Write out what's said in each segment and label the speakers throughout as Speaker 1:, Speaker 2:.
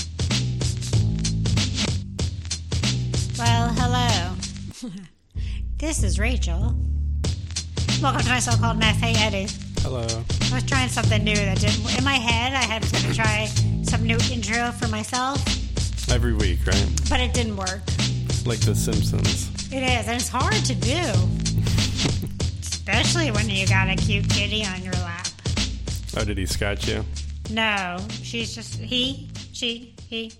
Speaker 1: This is Rachel. Welcome to my so-called mess. Hey, Eddie.
Speaker 2: Hello.
Speaker 1: I was trying something new that didn't. In my head, I had was going to try some new intro for myself,
Speaker 2: Every week, right?
Speaker 1: but it didn't work.
Speaker 2: Like The Simpsons.
Speaker 1: It is, and it's hard to do, especially when you got a cute kitty on your lap.
Speaker 2: Oh, did he scotch you?
Speaker 1: No, she's just he, she, he,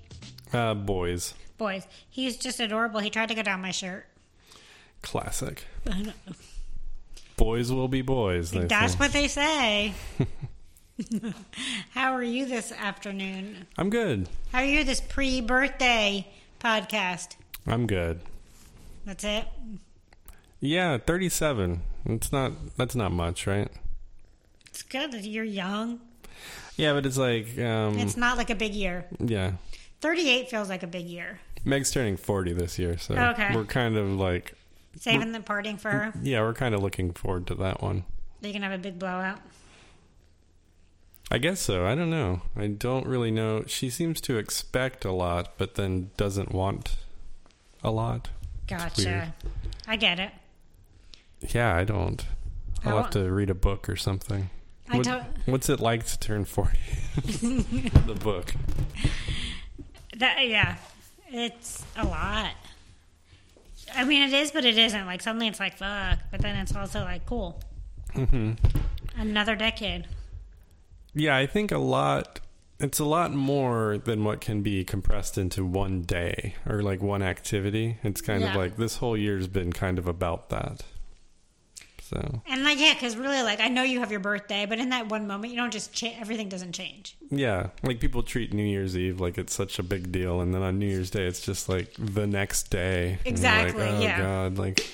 Speaker 2: Uh, boys.
Speaker 1: boys. He's just adorable. He tried to go down my shirt.
Speaker 2: Classic. Boys will be boys. They
Speaker 1: That's
Speaker 2: say.
Speaker 1: what they say. How are you this afternoon?
Speaker 2: I'm good.
Speaker 1: How are you this pre-birthday podcast?
Speaker 2: I'm good.
Speaker 1: That's it.
Speaker 2: Yeah, 37. It's not. That's not much, right?
Speaker 1: It's good that you're young.
Speaker 2: Yeah, but it's like, um,
Speaker 1: It's not like a big year.
Speaker 2: yeah.
Speaker 1: 38 feels like a big year.
Speaker 2: Meg's turning 40 this year, so
Speaker 1: Oh, Okay.
Speaker 2: we're kind of like,
Speaker 1: Saving the parting for her.
Speaker 2: yeah, we're kind of looking forward to that one.
Speaker 1: They can have a big blowout.
Speaker 2: I guess so. I don't know. I don't really know. She seems to expect a lot, but then doesn't want a lot. weird.
Speaker 1: Gotcha. I get it.
Speaker 2: Yeah, I don't. I'll
Speaker 1: I
Speaker 2: have to read a book or something.
Speaker 1: I don't-
Speaker 2: what's it like to turn 40? the book.
Speaker 1: That yeah, it's a lot. I mean, it is, but it isn't. Like suddenly it's like fuck, but then it's also like cool. Mm-hmm. Another decade.
Speaker 2: Yeah, I think a lot. It's a lot more than what can be compressed into one day or like one activity. It's kind of
Speaker 1: Yeah.
Speaker 2: like this whole year's been kind of about that. So,
Speaker 1: And like yeah, because really like I know you have your birthday, but in that one moment you don't just cha- everything doesn't change.
Speaker 2: yeah, like people treat New Year's Eve like it's such a big deal. And then on New Year's Day, it's just like the next day. And you're
Speaker 1: Exactly,
Speaker 2: Like, oh,
Speaker 1: yeah.
Speaker 2: God. Like,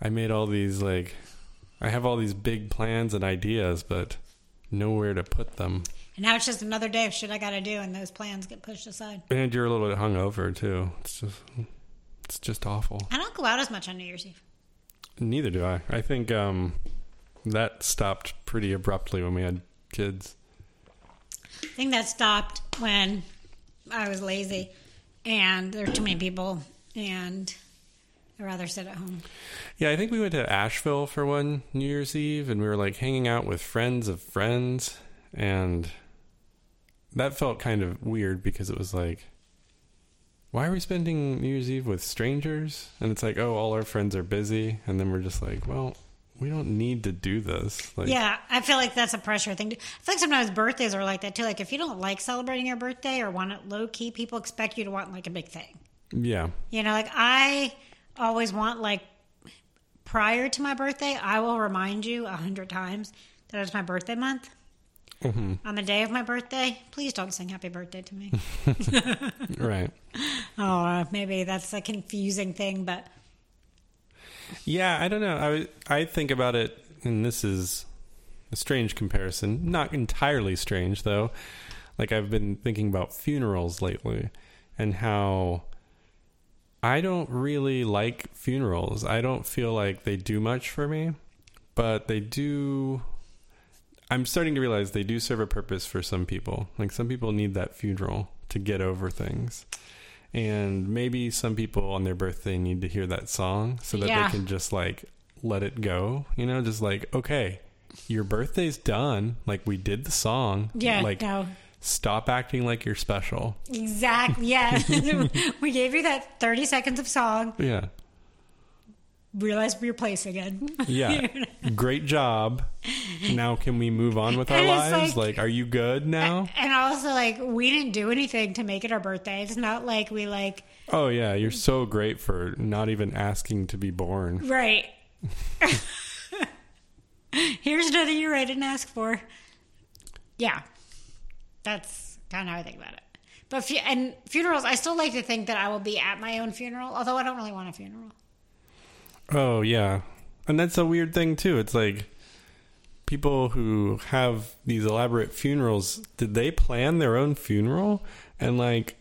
Speaker 2: I made all these, like, I have all these big plans and ideas, but nowhere to put them.
Speaker 1: And now it's just another day of shit I got to do, and those plans get pushed aside.
Speaker 2: And you're a little bit hungover, too. It's just, it's just awful.
Speaker 1: I don't go out as much on New Year's Eve.
Speaker 2: Neither do I. I think um, that stopped pretty abruptly when we had kids.
Speaker 1: I think that stopped when I was lazy, and there were too many people, and I rather sit at home.
Speaker 2: Yeah, I think we went to Asheville for one New Year's Eve, and we were like hanging out with friends of friends, and that felt kind of weird because it was like, why are we spending New Year's Eve with strangers? And it's like, oh, all our friends are busy, and then we're just like, well, we don't need to do this. Like,
Speaker 1: Yeah, I feel like that's a pressure thing. I feel like sometimes birthdays are like that too. Like if you don't like celebrating your birthday or want it low key, people expect you to want like a big thing.
Speaker 2: yeah,
Speaker 1: You know, like I always want like prior to my birthday, I will remind you a hundred times that it's my birthday month.
Speaker 2: Mm-hmm.
Speaker 1: On the day of my birthday, please don't sing happy birthday to me.
Speaker 2: right.
Speaker 1: oh, maybe that's a confusing thing, but
Speaker 2: Yeah, I don't know. I I think about it, and this is a strange comparison. Not entirely strange though. Like I've been thinking about funerals lately, and how I don't really like funerals. I don't feel like they do much for me, but they do. I'm starting to realize they do serve a purpose for some people. Like some people need that funeral to get over things. And maybe some people on their birthday need to hear that song so that
Speaker 1: Yeah.
Speaker 2: they can just like let it go. You know, just like, okay, your birthday's done. Like we did the song.
Speaker 1: yeah,
Speaker 2: Like
Speaker 1: no.
Speaker 2: stop acting like you're special.
Speaker 1: Exactly. Yeah. we gave you that 30 seconds of song.
Speaker 2: Yeah.
Speaker 1: Realize we're placing it.
Speaker 2: Yeah. Great job. Now can we move on with our
Speaker 1: And it's
Speaker 2: lives?
Speaker 1: like-
Speaker 2: Like, are you good now?
Speaker 1: And also, like, we didn't do anything to make it our birthday. It's not like we, like,
Speaker 2: Oh yeah, you're so great for not even asking to be born.
Speaker 1: right. Here's another year I didn't ask for. Yeah. That's kind of how I think about it. But, fu- and funerals, I still like to think that I will be at my own funeral, although I don't really want a funeral.
Speaker 2: Oh yeah. And that's a weird thing too. It's like people who have these elaborate funerals, did they plan their own funeral? And like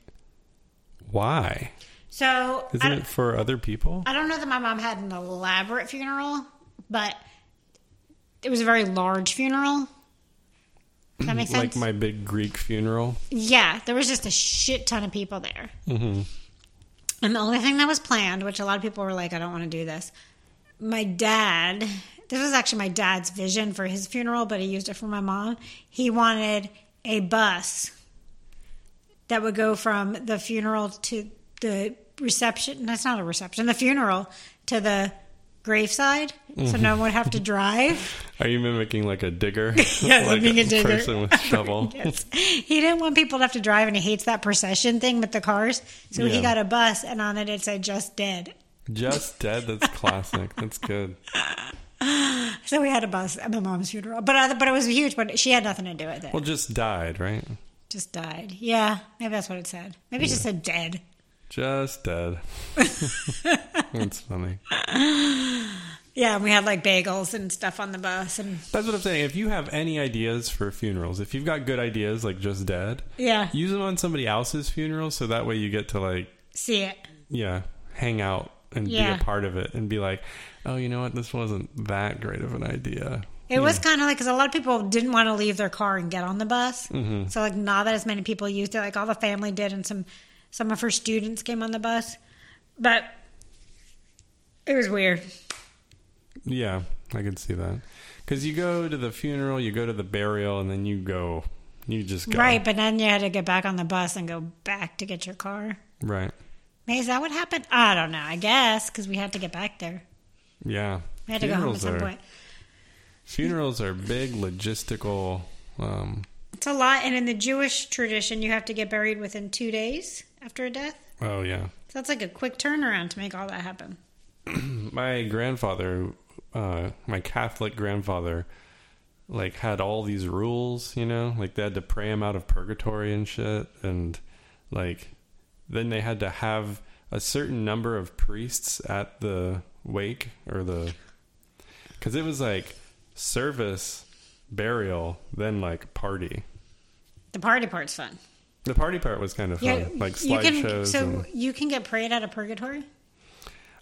Speaker 2: why?
Speaker 1: So, I
Speaker 2: Isn't
Speaker 1: don't,
Speaker 2: it for other people?
Speaker 1: I don't know that my mom had an elaborate funeral, but it was a very large funeral. Does that make sense?
Speaker 2: Like my big Greek funeral.
Speaker 1: Yeah, there was just a shit ton of people there. Mm-hmm. And the only thing that was planned, which a lot of people were like, I don't want to do this. My dad, this was actually my dad's vision for his funeral, but he used it for my mom. He wanted a bus that would go from the funeral to the reception. That's not a reception, the funeral to the graveside. So no one would have to drive.
Speaker 2: Are you mimicking like a digger?
Speaker 1: Yes,
Speaker 2: like
Speaker 1: I'm being a digger.
Speaker 2: person with shovel.
Speaker 1: Yes. He didn't want people to have to drive, and he hates that procession thing with the cars. So
Speaker 2: Yeah.
Speaker 1: he got a bus, and on it it said just dead.
Speaker 2: Just dead. That's classic. That's good.
Speaker 1: So we had a bus at my mom's funeral, but uh, but it was huge. But she had nothing to do with it.
Speaker 2: Well, just died, right?
Speaker 1: just died. Yeah, maybe that's what it said. Maybe it just said dead.
Speaker 2: Just dead. That's funny.
Speaker 1: Yeah, and we had like bagels and stuff on the bus, and
Speaker 2: That's what I'm saying. If you have any ideas for funerals, if you've got good ideas like just dead,
Speaker 1: yeah,
Speaker 2: use them on somebody else's funeral so that way you get to like,
Speaker 1: see it.
Speaker 2: yeah, hang out and
Speaker 1: Yeah.
Speaker 2: be a part of it and be like, oh, you know what? This wasn't that great of an idea.
Speaker 1: It was kind of like because a lot of people didn't want to leave their car and get on the bus, so like not that as many people used it. Like all the family did, and some some of her students came on the bus, but it was weird.
Speaker 2: Yeah, I could see that. Because you go to the funeral, you go to the burial, and then you go, you just go.
Speaker 1: Right, but then you had to get back on the bus and go back to get your car.
Speaker 2: Right.
Speaker 1: May is that what happened? I don't know. I guess because we had to get back there.
Speaker 2: Yeah.
Speaker 1: We had to go home at some
Speaker 2: are,
Speaker 1: point.
Speaker 2: Funerals are big logistical. Um,
Speaker 1: It's a lot, and in the Jewish tradition, you have to get buried within two days after a death.
Speaker 2: oh, yeah.
Speaker 1: So that's like a quick turnaround to make all that happen.
Speaker 2: my grandfather uh my catholic grandfather like had all these rules you know like they had to pray him out of purgatory and shit and like then they had to have a certain number of priests at the wake or the because it was like service burial then like party
Speaker 1: The party part's fun.
Speaker 2: the party part was kind of fun like slideshows
Speaker 1: So
Speaker 2: and-
Speaker 1: you can get prayed out of purgatory.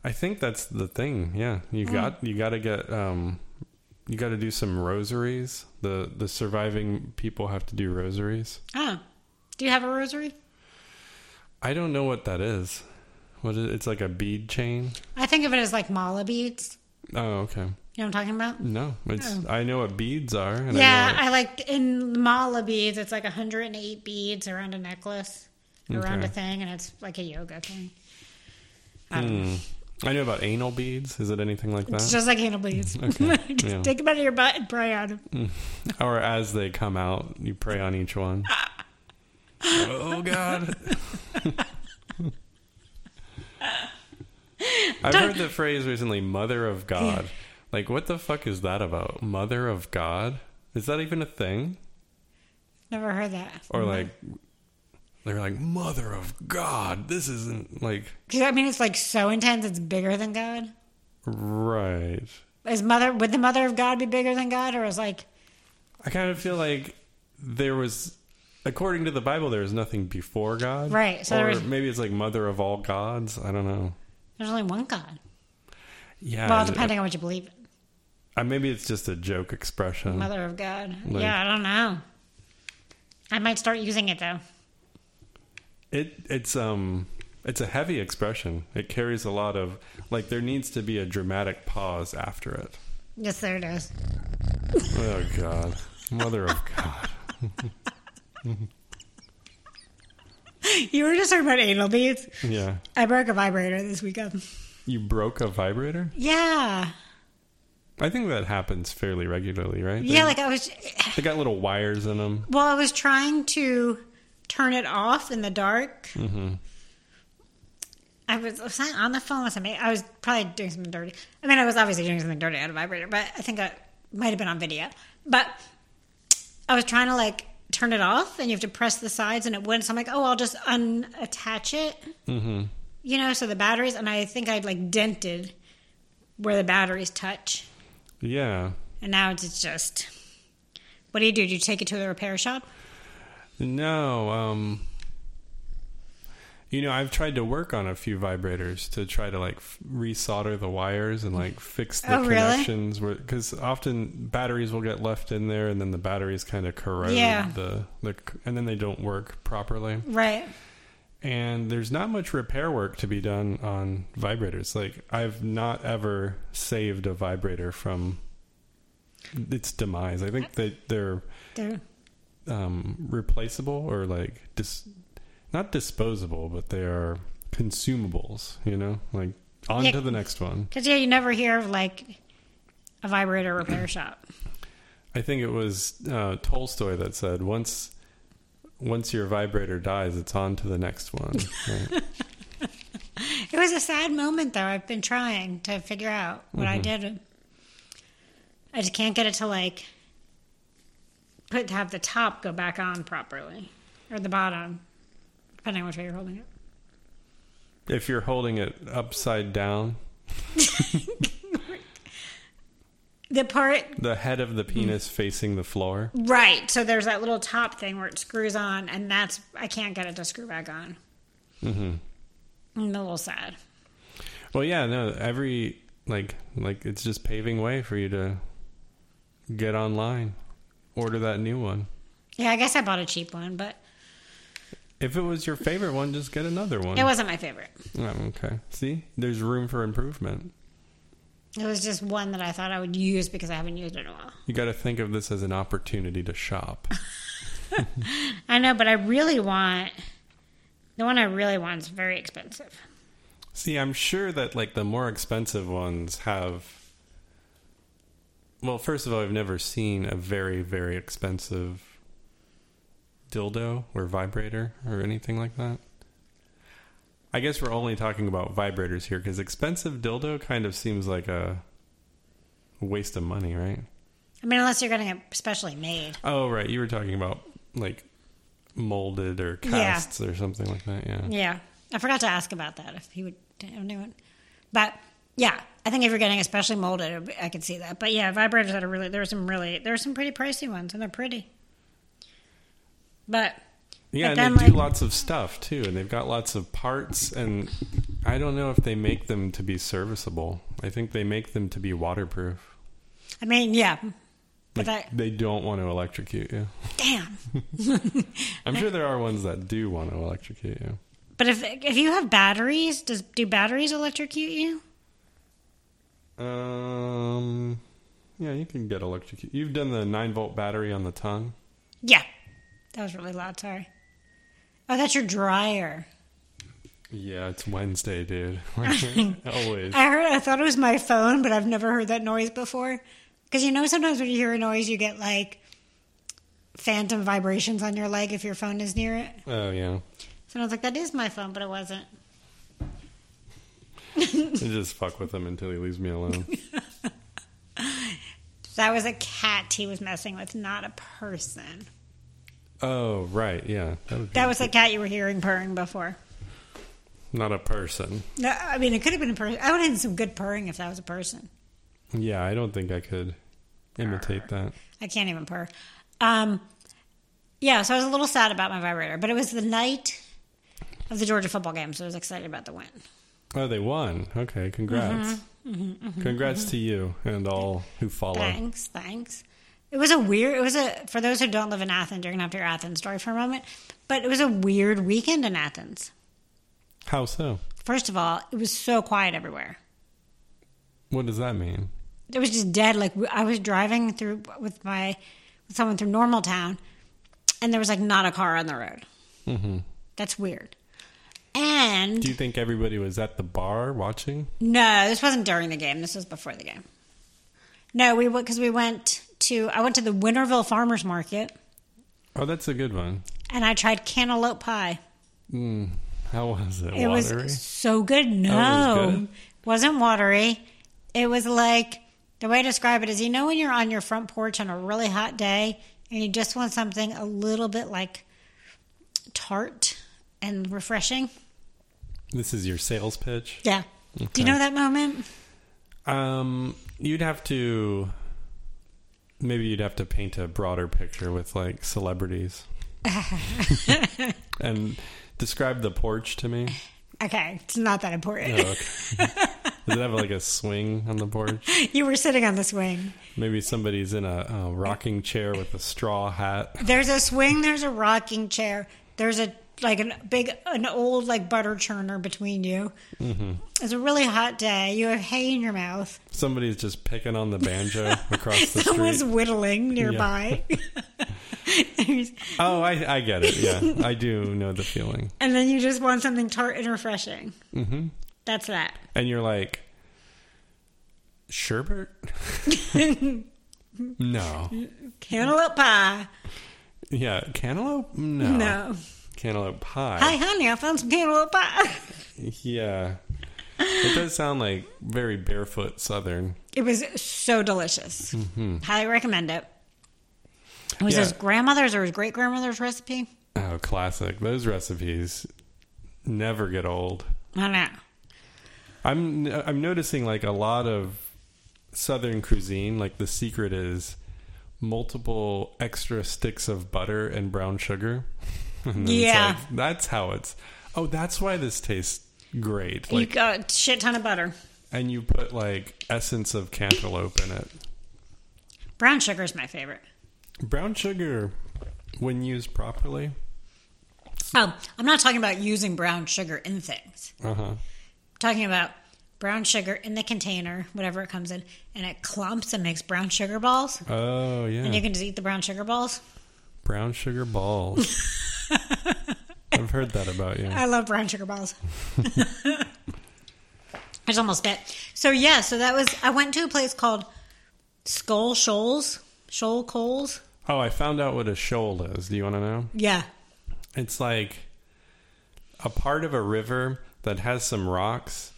Speaker 2: I think that's the thing. Yeah, you got you got to get um, you got to do some rosaries. The the surviving people have to do rosaries.
Speaker 1: Oh, do you have a rosary?
Speaker 2: I don't know what that is. What is, it's like a bead chain.
Speaker 1: I think of it as like mala beads.
Speaker 2: Oh, okay.
Speaker 1: You know what I'm talking about?
Speaker 2: No, it's I know what beads are. And
Speaker 1: yeah,
Speaker 2: Mm, I know
Speaker 1: I like in mala beads. It's like 108 beads around a necklace, around
Speaker 2: Okay.
Speaker 1: a thing, and it's like a yoga thing.
Speaker 2: what- Hmm. I know about anal beads. Is it anything like
Speaker 1: It's
Speaker 2: that?
Speaker 1: just like anal beads.
Speaker 2: Okay,
Speaker 1: just
Speaker 2: yeah.
Speaker 1: take them out of your butt and pray on them.
Speaker 2: or as they come out, you pray on each one. oh God. I've heard the phrase recently, "Mother of God." Like, what the fuck is that about? Mother of God? Is that even a thing?
Speaker 1: Never heard that.
Speaker 2: Or like, they're like, "Mother of God." This isn't like
Speaker 1: Because I mean, it's like so intense. It's bigger than God.
Speaker 2: right.
Speaker 1: Is mother would the mother of God be bigger than God, or is like
Speaker 2: I kind of feel like there was, according to the Bible, there was nothing before God,
Speaker 1: Right, so there
Speaker 2: or
Speaker 1: was-
Speaker 2: maybe it's like mother of all gods. I don't know.
Speaker 1: there's only one God?
Speaker 2: Yeah,
Speaker 1: Well,
Speaker 2: it-
Speaker 1: depending on what you believe, in.
Speaker 2: uh, maybe it's just a joke expression.
Speaker 1: mother of God.
Speaker 2: Like-
Speaker 1: yeah, I don't know. I might start using it though.
Speaker 2: It it's um it's a heavy expression. It carries a lot of like there needs to be a dramatic pause after it.
Speaker 1: Yes, there it is.
Speaker 2: Oh God, mother of God.
Speaker 1: You were just talking about anal beads.
Speaker 2: Yeah,
Speaker 1: I broke a vibrator this weekend.
Speaker 2: you broke a vibrator.
Speaker 1: Yeah,
Speaker 2: I think that happens fairly regularly, right?
Speaker 1: yeah. Like I was,
Speaker 2: they, they got little wires in them.
Speaker 1: well, I was trying to turn it off in the dark. I was, was I on the phone with somebody. I was probably doing something dirty. I mean, I was obviously doing something dirty at a vibrator, but I think I might have been on video. But I was trying to like turn it off, and you have to press the sides, and it wouldn't. So I'm like, oh, I'll just unattach it. Mm-hmm. You know, so the batteries, and I think I'd like dented where the batteries touch,
Speaker 2: Yeah.
Speaker 1: and now it's just. What do you do? Do you take it to the repair shop?
Speaker 2: No, um you know, I've tried to work on a few vibrators to try to like f- resolder the wires and like fix the
Speaker 1: Oh, really?
Speaker 2: connections where cuz often batteries will get left in there and then the batteries kind of corrode
Speaker 1: Yeah.
Speaker 2: the the c- and then they don't work properly.
Speaker 1: Right.
Speaker 2: and there's not much repair work to be done on vibrators. Like I've not ever saved a vibrator from its demise. I think that they're
Speaker 1: They're
Speaker 2: um, replaceable or like dis- not disposable, but they are consumables. You know, like on
Speaker 1: Yeah.
Speaker 2: to the next one.
Speaker 1: because yeah, you never hear of like a vibrator repair shop.
Speaker 2: I think it was uh, Tolstoy that said once once your vibrator dies, it's on to the next one. Right?
Speaker 1: It was a sad moment though. I've been trying to figure out what I did. I just can't get it to like put have the top go back on properly or the bottom, depending on which way you're holding it.
Speaker 2: if you're holding it upside down,
Speaker 1: The part
Speaker 2: the head of the penis facing the floor.
Speaker 1: right, so there's that little top thing where it screws on, and that's I can't get it to screw back on. Mm-hmm. I'm a little sad.
Speaker 2: Well, yeah, no, every like like it's just paving way for you to get online, order that new one.
Speaker 1: Yeah, I guess I bought a cheap one, but
Speaker 2: If it was your favorite one, just get another one.
Speaker 1: it wasn't my favorite.
Speaker 2: Oh, okay. See, there's room for improvement.
Speaker 1: It was just one that I thought I would use because I haven't used it in a while.
Speaker 2: You got to think of this as an opportunity to shop.
Speaker 1: I know, but I really want the one I really want is very expensive.
Speaker 2: See, I'm sure that like the more expensive ones have. Well, first of all, I've never seen a very very expensive dildo or vibrator or anything like that. I guess we're only talking about vibrators here because expensive dildo kind of seems like a waste of money, right?
Speaker 1: I mean, unless you're getting it specially made.
Speaker 2: Oh, right. You were talking about like molded or casts or something like that. Yeah.
Speaker 1: Yeah, I forgot to ask about that. If he would have anyone, but yeah, I think if you're getting especially molded, it'd be- I could see that. But yeah, vibrators that are really there are some really there are some pretty pricey ones, and they're pretty. But
Speaker 2: Yeah,
Speaker 1: But
Speaker 2: and
Speaker 1: then,
Speaker 2: they do
Speaker 1: like-
Speaker 2: lots of stuff too, and they've got lots of parts. And I don't know if they make them to be serviceable. I think they make them to be waterproof.
Speaker 1: I mean, yeah,
Speaker 2: Like,
Speaker 1: but that
Speaker 2: they don't want to electrocute you.
Speaker 1: damn.
Speaker 2: I'm sure there are ones that do want to electrocute you.
Speaker 1: But if if you have batteries, does do batteries electrocute you?
Speaker 2: Um, yeah, you can get electrocuted. You've done the nine volt battery on the tongue.
Speaker 1: Yeah, that was really loud. Sorry. Oh, that's your dryer.
Speaker 2: Yeah, it's Wednesday, dude. Always.
Speaker 1: I heard. I thought it was my phone, but I've never heard that noise before. Because you know, sometimes when you hear a noise, you get like phantom vibrations on your leg if your phone is near it.
Speaker 2: Oh yeah,
Speaker 1: So I was like, "That is my phone," but it wasn't.
Speaker 2: I just fuck with him until he leaves me alone.
Speaker 1: That was a cat he was messing with, not a person.
Speaker 2: Oh right, yeah. That, would be
Speaker 1: That was the cat you were hearing purring before.
Speaker 2: not a person.
Speaker 1: No, I mean it could have been a person. I would have had some good purring if that was a person.
Speaker 2: Yeah, I don't think I could imitate that.
Speaker 1: I can't even purr. Um, yeah, so I was a little sad about my vibrator, but it was the night of the Georgia football game, so I was excited about the win.
Speaker 2: Oh, they won. Okay, congrats.
Speaker 1: Mm-hmm.
Speaker 2: congrats to you and all who follow.
Speaker 1: Thanks, thanks. It was a weird. It was a for those who don't live in Athens, you're gonna have to hear Athens story for a moment. But it was a weird weekend in Athens.
Speaker 2: How so?
Speaker 1: First of all, it was so quiet everywhere.
Speaker 2: What does that mean?
Speaker 1: It was just dead. Like I was driving through with my with someone through Normal Town, and there was like not a car on the road. That's weird. And
Speaker 2: Do you think everybody was at the bar watching?
Speaker 1: No, this wasn't during the game. This was before the game. No, we went because we went to I went to the Winterville Farmers Market
Speaker 2: Oh, that's a good one.
Speaker 1: and I tried cantaloupe pie.
Speaker 2: How was it?
Speaker 1: It
Speaker 2: Watery?
Speaker 1: was so good. No,
Speaker 2: good?
Speaker 1: wasn't watery. It was like the way I describe it is you know when you're on your front porch on a really hot day and you just want something a little bit like tart and refreshing.
Speaker 2: This is your sales pitch.
Speaker 1: Yeah. Do you know that moment?
Speaker 2: Um, you'd have to maybe you'd have to paint a broader picture with like celebrities. and describe the porch to me.
Speaker 1: Okay, it's not that important.
Speaker 2: Oh, okay. Does it have like a swing on the porch?
Speaker 1: You were sitting on the swing.
Speaker 2: Maybe somebody's in a, uh rocking chair with a straw hat.
Speaker 1: There's a swing, there's a rocking chair, there's a like a big, an old like butter churner between you.
Speaker 2: Mm-hmm.
Speaker 1: It's a really hot day. You have hay in your mouth.
Speaker 2: Somebody's just picking on the banjo across the
Speaker 1: Someone's
Speaker 2: street.
Speaker 1: whittling nearby.
Speaker 2: Oh, I, I get it. Yeah, I do know the feeling.
Speaker 1: and then you just want something tart and refreshing. Mm-hmm. That's that.
Speaker 2: And you're like, sherbet? no.
Speaker 1: Cantaloupe pie.
Speaker 2: Yeah, cantaloupe? No.
Speaker 1: No.
Speaker 2: Cantaloupe pie.
Speaker 1: Hi, honey, I found some cantaloupe pie.
Speaker 2: Yeah. It does sound like very barefoot southern.
Speaker 1: It was so delicious. Highly recommend it. It was
Speaker 2: Mm-hmm. Yeah.
Speaker 1: his grandmother's or his great grandmother's recipe.
Speaker 2: Oh, classic. Those recipes never get old.
Speaker 1: I don't know.
Speaker 2: I'm I'm noticing like a lot of southern cuisine like the secret is multiple extra sticks of butter and brown sugar. And then it's
Speaker 1: Yeah.
Speaker 2: like, that's how it's. Oh, that's why this tastes great.
Speaker 1: you
Speaker 2: Like
Speaker 1: got a shit ton of butter.
Speaker 2: and you put like essence of cantaloupe in it.
Speaker 1: Brown sugar is my favorite.
Speaker 2: Brown sugar when used properly.
Speaker 1: Oh, I'm not talking about using brown sugar in things.
Speaker 2: Uh-huh.
Speaker 1: I'm talking about brown sugar in the container, whatever it comes in, and it clumps and makes brown sugar balls.
Speaker 2: Oh, yeah.
Speaker 1: And you can just eat the brown sugar balls.
Speaker 2: Brown sugar balls. I've heard that about you.
Speaker 1: I love brown sugar balls. I just almost spit. So yeah, so that was I went to a place called Skull Shoals, Shoal Coals.
Speaker 2: Oh, I found out what a shoal is. Do you want to know?
Speaker 1: Yeah,
Speaker 2: It's like a part of a river that has some rocks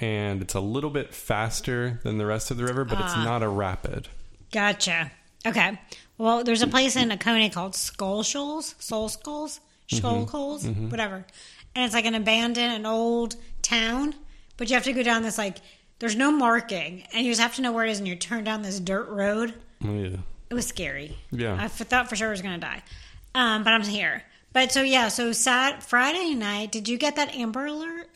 Speaker 2: and it's a little bit faster than the rest of the river, but it's not a rapid.
Speaker 1: gotcha. Okay. Well, there's a place in Oconee called Skull Shoals, Soul Skulls, Shoal Coals, whatever, and it's like an abandoned, an old town. But you have to go down this like there's no marking, and you just have to know where it is, and you turn down this dirt road.
Speaker 2: Yeah.
Speaker 1: It was scary.
Speaker 2: Yeah.
Speaker 1: I f- thought for sure I was going to die. Um, but I'm here. But so, yeah, so sad, Friday night, did you get that Amber Alert?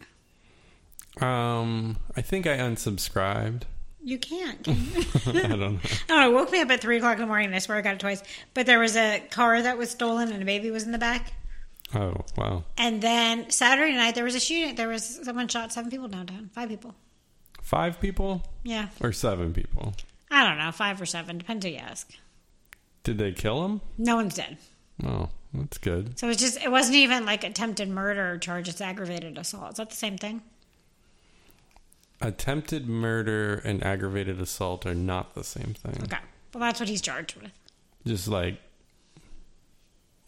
Speaker 2: Um, I think I unsubscribed.
Speaker 1: You can't. can you?
Speaker 2: I don't know.
Speaker 1: oh, it woke me up at 3 o'clock in the morning. and I swear I got it twice. But there was a car that was stolen and a baby was in the back.
Speaker 2: Oh, wow.
Speaker 1: And then Saturday night, there was a shooting. There was someone shot seven people downtown. Five people.
Speaker 2: Five people
Speaker 1: Yeah.
Speaker 2: or seven people?
Speaker 1: I don't know. Five or seven. Depends who you ask.
Speaker 2: Did they kill him?
Speaker 1: No one's dead.
Speaker 2: Oh, that's good.
Speaker 1: So it's just, it wasn't even like attempted murder charge. It's aggravated assault. Is that the same thing?
Speaker 2: Attempted murder and aggravated assault are not the same thing.
Speaker 1: Okay. Well, that's what he's charged with.
Speaker 2: Just like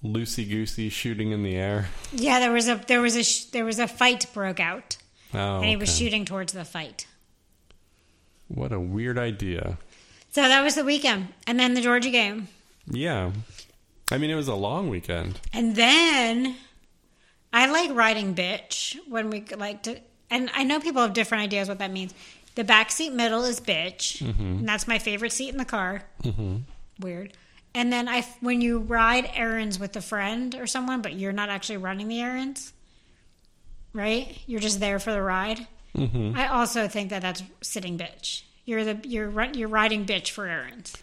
Speaker 2: loosey goosey shooting in the air.
Speaker 1: Yeah, there was a there was a sh- there was a fight broke out,
Speaker 2: Oh,
Speaker 1: and he was
Speaker 2: okay.
Speaker 1: shooting towards the fight.
Speaker 2: What a weird idea.
Speaker 1: So that was the weekend, and then the Georgia game,
Speaker 2: Yeah. I mean, it was a long weekend.
Speaker 1: and then I like riding bitch when we like to, and I know people have different ideas what that means. The back seat middle is bitch, and that's my favorite seat in the car. Weird. And then I, when you ride errands with a friend or someone, but you're not actually running the errands, right? You're just there for the ride. I also think that that's sitting bitch. You're the you're ri- you're riding bitch for errands.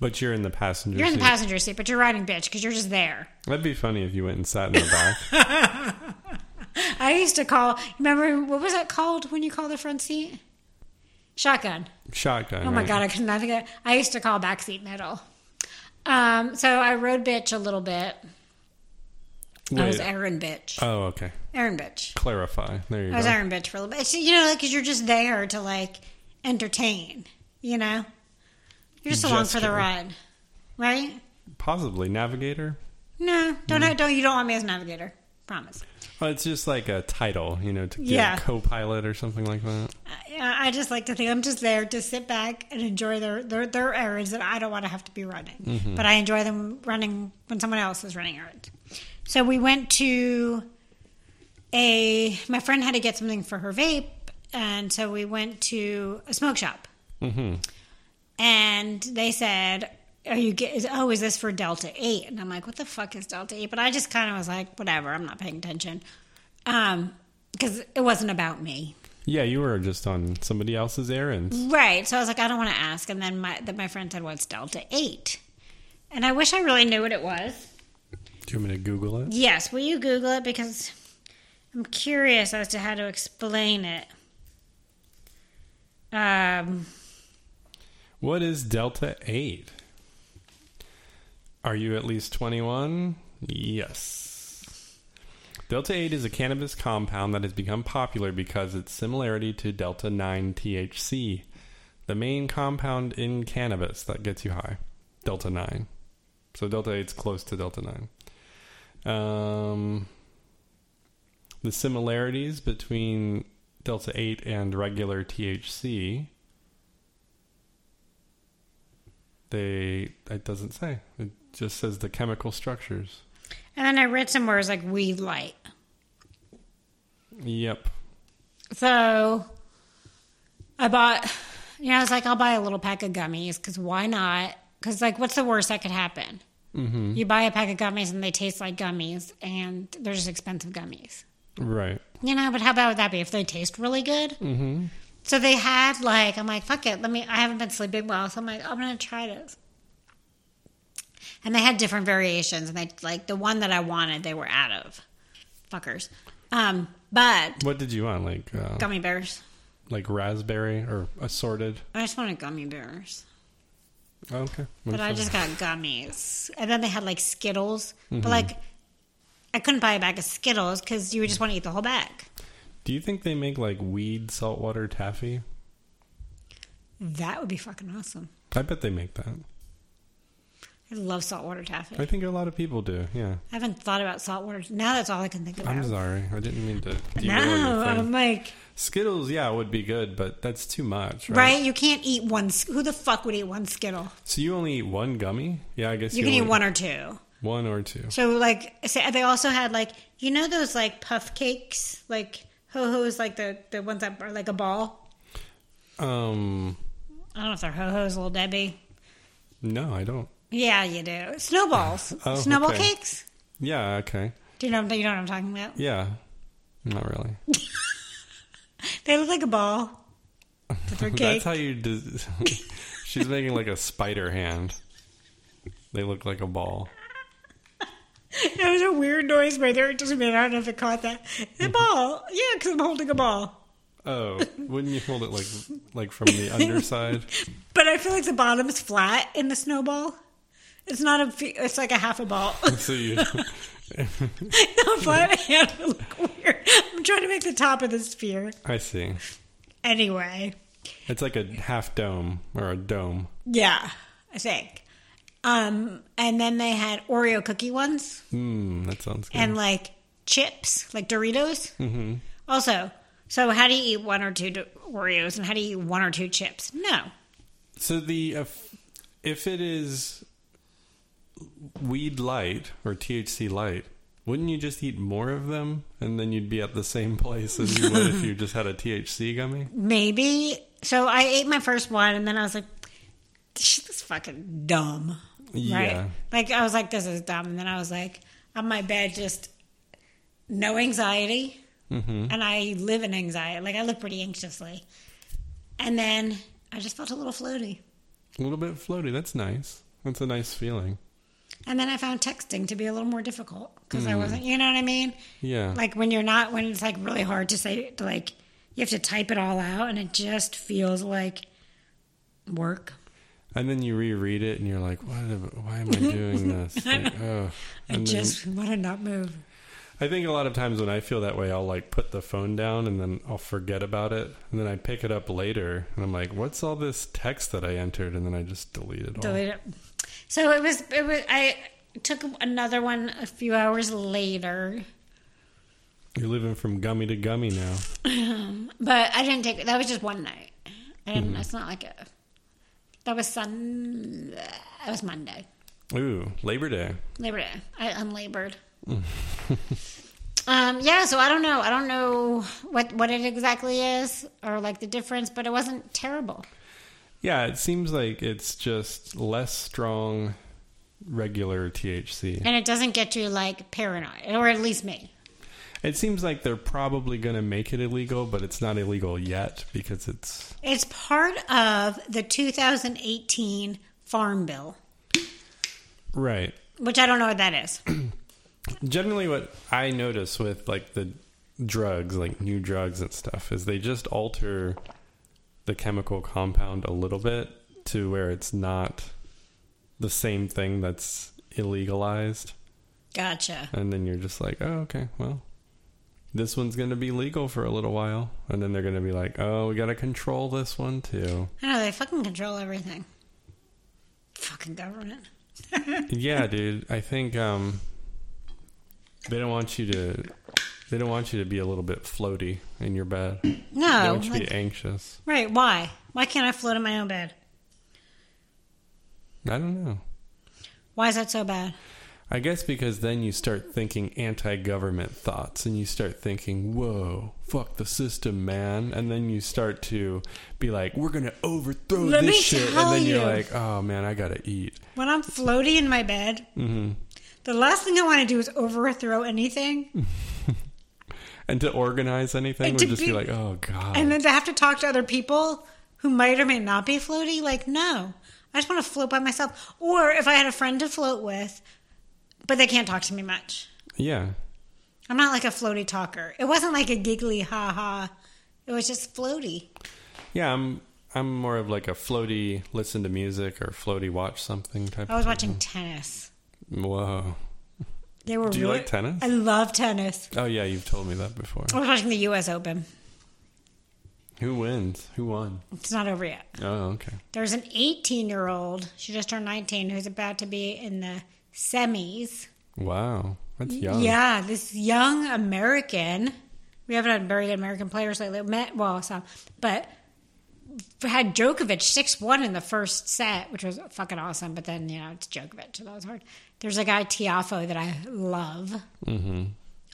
Speaker 2: But you're in the passenger
Speaker 1: You're in
Speaker 2: seat.
Speaker 1: the passenger seat, but you're riding bitch because you're just there.
Speaker 2: That'd be funny if you went and sat in the back.
Speaker 1: I used to call. Remember what was that called when you call the front seat? Shotgun.
Speaker 2: Shotgun.
Speaker 1: Oh my god, I could not think of. I used to call backseat middle. Um, so I rode bitch a little bit. I was errand bitch.
Speaker 2: oh, okay.
Speaker 1: errand bitch.
Speaker 2: Clarify. There you
Speaker 1: I was
Speaker 2: go.
Speaker 1: errand bitch for a little bit. So, you know, because you're just there to like entertain. You know, you're just along for the
Speaker 2: Gesture.
Speaker 1: ride, right?
Speaker 2: Possibly navigator.
Speaker 1: No, don't don't you don't want me as navigator. Promise.
Speaker 2: Well, it's just like a title, you know, to give
Speaker 1: Yeah.
Speaker 2: co-pilot or something like that.
Speaker 1: I, I just like to think I'm just there to sit back and enjoy their their, their errands that I don't want to have to be running, but I enjoy them running when someone else is running errands. So we went to a my friend had to get something for her vape, and so we went to a smoke shop. And they said, "Are you get? Is, oh, is this for Delta 8? And I'm like, "What the fuck is Delta 8? But I just kind of was like, "Whatever, I'm not paying attention," um, because it wasn't about me.
Speaker 2: Yeah, you were just on somebody else's errands.
Speaker 1: Right. So I was like, I don't want to ask. And then my that my friend said, "What's Delta 8? And I wish I really knew what it was.
Speaker 2: Do you want me to Google it?
Speaker 1: Yes, will you Google it because I'm curious as to how to explain it. Um,
Speaker 2: What is Delta 8? Are you at least 21? Yes. Delta 8 is a cannabis compound that has become popular because its similarity to Delta 9 THC, the main compound in cannabis that gets you high. Delta 9. So Delta 8 is close to Delta 9. Um, the similarities between Delta 8 and regular THC they it doesn't say it just says the chemical structures
Speaker 1: and then I read somewhere it was like weed light.
Speaker 2: yep
Speaker 1: So I bought, you know, I was like, I'll buy a little pack of gummies because why not? Because, like, what's the worst that could happen? Mm-hmm. You buy a pack of gummies and they taste like gummies and they're just expensive gummies.
Speaker 2: right
Speaker 1: You know, but how bad would that be if they taste really good? Mm-hmm. So they had like, I'm like, fuck it, let me. I haven't been sleeping well, so I'm like, I'm gonna try this. And they had different variations, and they like the one that I wanted, they were out of, fuckers. Um, but
Speaker 2: what did you want like uh,
Speaker 1: gummy bears.
Speaker 2: like raspberry or assorted
Speaker 1: I just wanted gummy bears,
Speaker 2: oh, okay
Speaker 1: but I just got gummies, and then they had like Skittles, but like I couldn't buy a bag of Skittles because you would just want to eat the whole bag.
Speaker 2: do you think they make like weed saltwater taffy
Speaker 1: That would be fucking awesome.
Speaker 2: i bet they make that
Speaker 1: I love saltwater taffy.
Speaker 2: i think a lot of people do yeah
Speaker 1: I haven't thought about saltwater. Now that's all I can think about.
Speaker 2: i'm sorry i didn't mean to
Speaker 1: no,
Speaker 2: derail
Speaker 1: um,
Speaker 2: your thing.
Speaker 1: I'm like,
Speaker 2: skittles yeah would be good but that's too much
Speaker 1: right?
Speaker 2: right,
Speaker 1: You can't eat one. Sk- Who the fuck would eat one Skittle?
Speaker 2: so you only eat one gummy yeah i guess
Speaker 1: You can eat
Speaker 2: only-
Speaker 1: one or two.
Speaker 2: one or two
Speaker 1: So, like, say, they also had, like, you know those, like, puff cakes? Like, ho-hos, like the, the ones that are like a ball?
Speaker 2: um
Speaker 1: I don't know if they're ho-hos, little Debbie.
Speaker 2: no i don't
Speaker 1: Yeah, you do. Snowballs.
Speaker 2: Oh,
Speaker 1: Snowball
Speaker 2: okay.
Speaker 1: cakes?
Speaker 2: yeah okay
Speaker 1: Do you know, you know what I'm talking about?
Speaker 2: yeah not really
Speaker 1: They look like a ball. But they're cake.
Speaker 2: That's how you. Des- She's making like a spider hand. They look like a ball.
Speaker 1: That was a weird noise right there. It just made. I don't know if it caught that.
Speaker 2: Mm-hmm.
Speaker 1: The ball. Yeah, because I'm holding a ball.
Speaker 2: Oh, wouldn't you hold it like like from the underside?
Speaker 1: But I feel like the bottom is flat in the snowball. It's not a. fe- It's like a half a ball.
Speaker 2: So you.
Speaker 1: the flat hand would look weird. I'm trying to make the top of the sphere.
Speaker 2: I see.
Speaker 1: Anyway,
Speaker 2: It's like a half dome or a dome.
Speaker 1: yeah, I think. Um, and then they had Oreo cookie ones
Speaker 2: Hmm, that sounds good.
Speaker 1: and like chips, like Doritos. Mm-hmm. Also, so how do you eat one or two Do- Oreos and how do you eat one or two chips? No,
Speaker 2: so the if, if it is weed light or THC light, wouldn't you just eat more of them and then you'd be at the same place as you would if you just had a THC gummy?
Speaker 1: maybe. So I ate my first one, and then I was like, "This is fucking dumb." Right?
Speaker 2: Yeah.
Speaker 1: Like I was like, "This is dumb," and then I was like, on my bed, just no anxiety,
Speaker 2: Mm-hmm.
Speaker 1: and I live in anxiety. Like I look pretty anxiously, and then I just felt a little floaty.
Speaker 2: A little bit floaty. That's nice. That's a nice feeling.
Speaker 1: And then I found texting to be a little more difficult because I wasn't, you know what I mean?
Speaker 2: Mm. Yeah.
Speaker 1: Like when you're not, when it's like really hard to say, to like you have to type it all out, and it just feels like work.
Speaker 2: and then you reread it and you're like, what have- why am I doing this? Like, ugh.
Speaker 1: I
Speaker 2: And then- Oh.
Speaker 1: just want to not move.
Speaker 2: I think a lot of times when I feel that way, I'll like put the phone down and then I'll forget about it. And then I pick it up later and I'm like, what's all this text that I entered? And then I just delete it all.
Speaker 1: Delete it. So it was. It was. I took another one a few hours later,
Speaker 2: You're living from gummy to gummy now.
Speaker 1: but I didn't take. That was just one night. I didn't. That's not like a. That was Sun. That was Monday,
Speaker 2: Ooh, Labor Day.
Speaker 1: Labor Day. I unlabored. um. Yeah. So I don't know. I don't know what what it exactly is or like the difference, but it wasn't terrible.
Speaker 2: Yeah, it seems like it's just less strong regular THC.
Speaker 1: And it doesn't get you like paranoid, or at least me.
Speaker 2: It seems like they're probably going to make it illegal, but it's not illegal yet because it's
Speaker 1: It's part of the 2018 Farm Bill,
Speaker 2: right.
Speaker 1: which I don't know what that is.
Speaker 2: generally what I notice with like the drugs, like new drugs and stuff, is they just alter the chemical compound a little bit to where it's not the same thing that's illegalized.
Speaker 1: Gotcha.
Speaker 2: And then you're just like, oh, okay, well, this one's going to be legal for a little while. And then they're going to be like, oh, we got to control this one too.
Speaker 1: I know they fucking control everything. Fucking government.
Speaker 2: yeah, dude. I think um, they don't want you to. They don't want you to be a little bit floaty in your bed. They don't
Speaker 1: No.
Speaker 2: want you to
Speaker 1: Oh, like-
Speaker 2: be anxious.
Speaker 1: right? Why? Why can't I float in my own bed?
Speaker 2: I don't know.
Speaker 1: Why is that so bad?
Speaker 2: I guess because then you start thinking anti-government thoughts, and you start thinking, "Whoa, fuck the system, man!" And then you start to be like, "We're gonna overthrow
Speaker 1: Let
Speaker 2: this
Speaker 1: me
Speaker 2: shit,"
Speaker 1: tell
Speaker 2: and then you're
Speaker 1: you.
Speaker 2: like, "Oh man, I gotta eat."
Speaker 1: When I'm floaty in my bed, the last thing I want to do is overthrow anything,
Speaker 2: And to organize anything
Speaker 1: And
Speaker 2: would
Speaker 1: to
Speaker 2: just be,
Speaker 1: be-
Speaker 2: like, "Oh god."
Speaker 1: and then to have to talk to other people who might or may not be floaty. Like, no, I just want to float by myself. Or if I had a friend to float with, but they can't talk to me much.
Speaker 2: yeah,
Speaker 1: I'm not like a floaty talker. It wasn't like a giggly ha ha. It was just floaty.
Speaker 2: yeah. I'm I'm more of like a floaty listen to music or floaty watch something type.
Speaker 1: I was watching tennis.
Speaker 2: Whoa.
Speaker 1: They were.
Speaker 2: Do you
Speaker 1: really-
Speaker 2: like tennis?
Speaker 1: I love tennis.
Speaker 2: Oh yeah, you've told me that before.
Speaker 1: I was watching the U.S. Open.
Speaker 2: Who wins? Who won?
Speaker 1: It's not over yet.
Speaker 2: Oh okay.
Speaker 1: There's an 18 year old, she just turned 19, who's about to be in the semis.
Speaker 2: Wow, that's young.
Speaker 1: Yeah, this young American. We haven't had very good American players lately. Met well, some, but had Djokovic six one in the first set, which was fucking awesome. But then you know it's Djokovic, so that was hard. There's a guy Tiafo that I love, mm-hmm.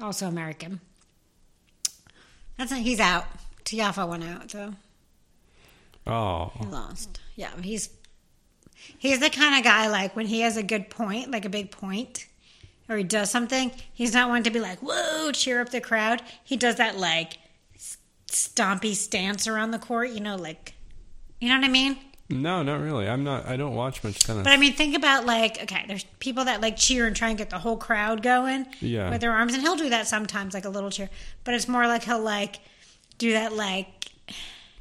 Speaker 1: also American. That's not, he's out. Tiafo went out though.
Speaker 2: Oh,
Speaker 1: He lost. Yeah, but he's he's the kind of guy like when he has a good point, like a big point, or he does something, he's not one to be like, "Whoa!" cheer up the crowd. He does that like s- stompy stance around the court, you know, like you know what I mean.
Speaker 2: No, not really. I'm not. I don't watch much tennis.
Speaker 1: But I mean, think about like okay, there's people that like cheer and try and get the whole crowd going
Speaker 2: Yeah.
Speaker 1: with their arms, and he'll do that sometimes, like a little cheer. But it's more like he'll like do that like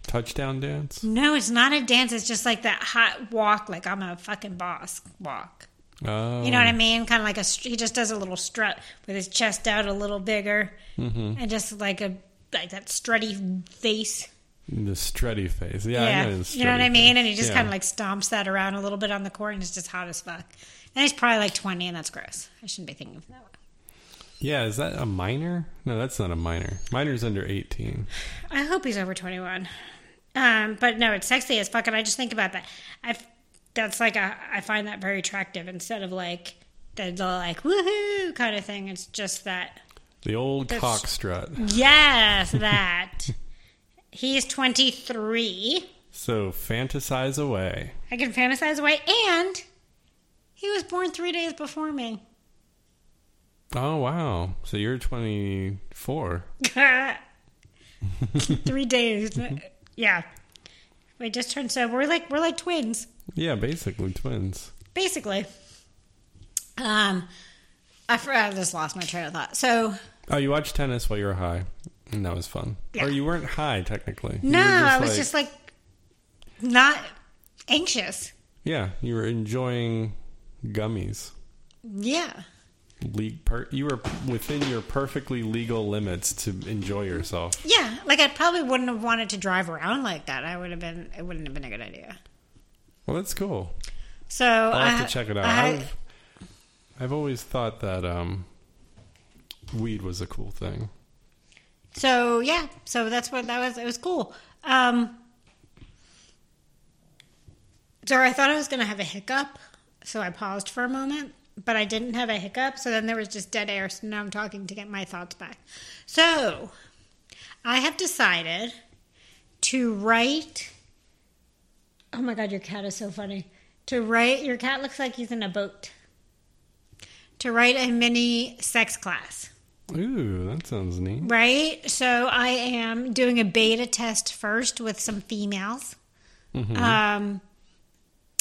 Speaker 2: Touchdown dance.
Speaker 1: No, it's not a dance. It's just like that hot walk, like I'm a fucking boss walk.
Speaker 2: Oh,
Speaker 1: You know what I mean? Kind of like a str- he just does a little strut with his chest out a little bigger,
Speaker 2: Mm-hmm.
Speaker 1: and just like a like that strutty face.
Speaker 2: the strutty face. Yeah, I know the
Speaker 1: you know what I
Speaker 2: strutty
Speaker 1: mean.
Speaker 2: face.
Speaker 1: And he just
Speaker 2: Yeah.
Speaker 1: kind of like stomps that around a little bit on the court, and it's just hot as fuck. And he's probably like 20, and that's gross. I shouldn't be thinking of that.
Speaker 2: Yeah, is that a minor? No, that's not a minor. Minor's under 18.
Speaker 1: I hope he's over 21. Um, but no, it's sexy as fuck, and I just think about that. I f- that's like a, I find that very attractive instead of like the, the like woohoo kind of thing. It's just that
Speaker 2: The old
Speaker 1: That's-
Speaker 2: cock strut.
Speaker 1: yes, that he's 23.
Speaker 2: So fantasize away.
Speaker 1: I can fantasize away, and he was born three days before me.
Speaker 2: Oh wow. So you're 24.
Speaker 1: three days, yeah. We just turned so we're like we're like twins.
Speaker 2: Yeah, basically twins.
Speaker 1: basically um I, fr- I just lost my train of thought so
Speaker 2: Oh, you watched tennis while you were high, and that was fun.
Speaker 1: Yeah.
Speaker 2: Or you weren't high technically. You
Speaker 1: no
Speaker 2: were
Speaker 1: i was just like not anxious
Speaker 2: yeah, you were enjoying gummies.
Speaker 1: yeah
Speaker 2: league per- you were within your perfectly legal limits to enjoy yourself
Speaker 1: yeah like i probably wouldn't have wanted to drive around like that i would have been it wouldn't have been a good idea
Speaker 2: well that's cool
Speaker 1: so
Speaker 2: i'll
Speaker 1: i
Speaker 2: have to check it out
Speaker 1: I-
Speaker 2: I've, I've always thought that um weed was a cool thing
Speaker 1: so yeah so that's what that was it was cool um so i thought i was going to have a hiccup so i paused for a moment but i didn't have a hiccup so then there was just dead air so now i'm talking to get my thoughts back so i have decided to write oh my god your cat is so funny to write your cat looks like he's in a boat to write a mini sex class
Speaker 2: ooh that sounds neat
Speaker 1: Right. So I am doing a beta test first with some females. Um,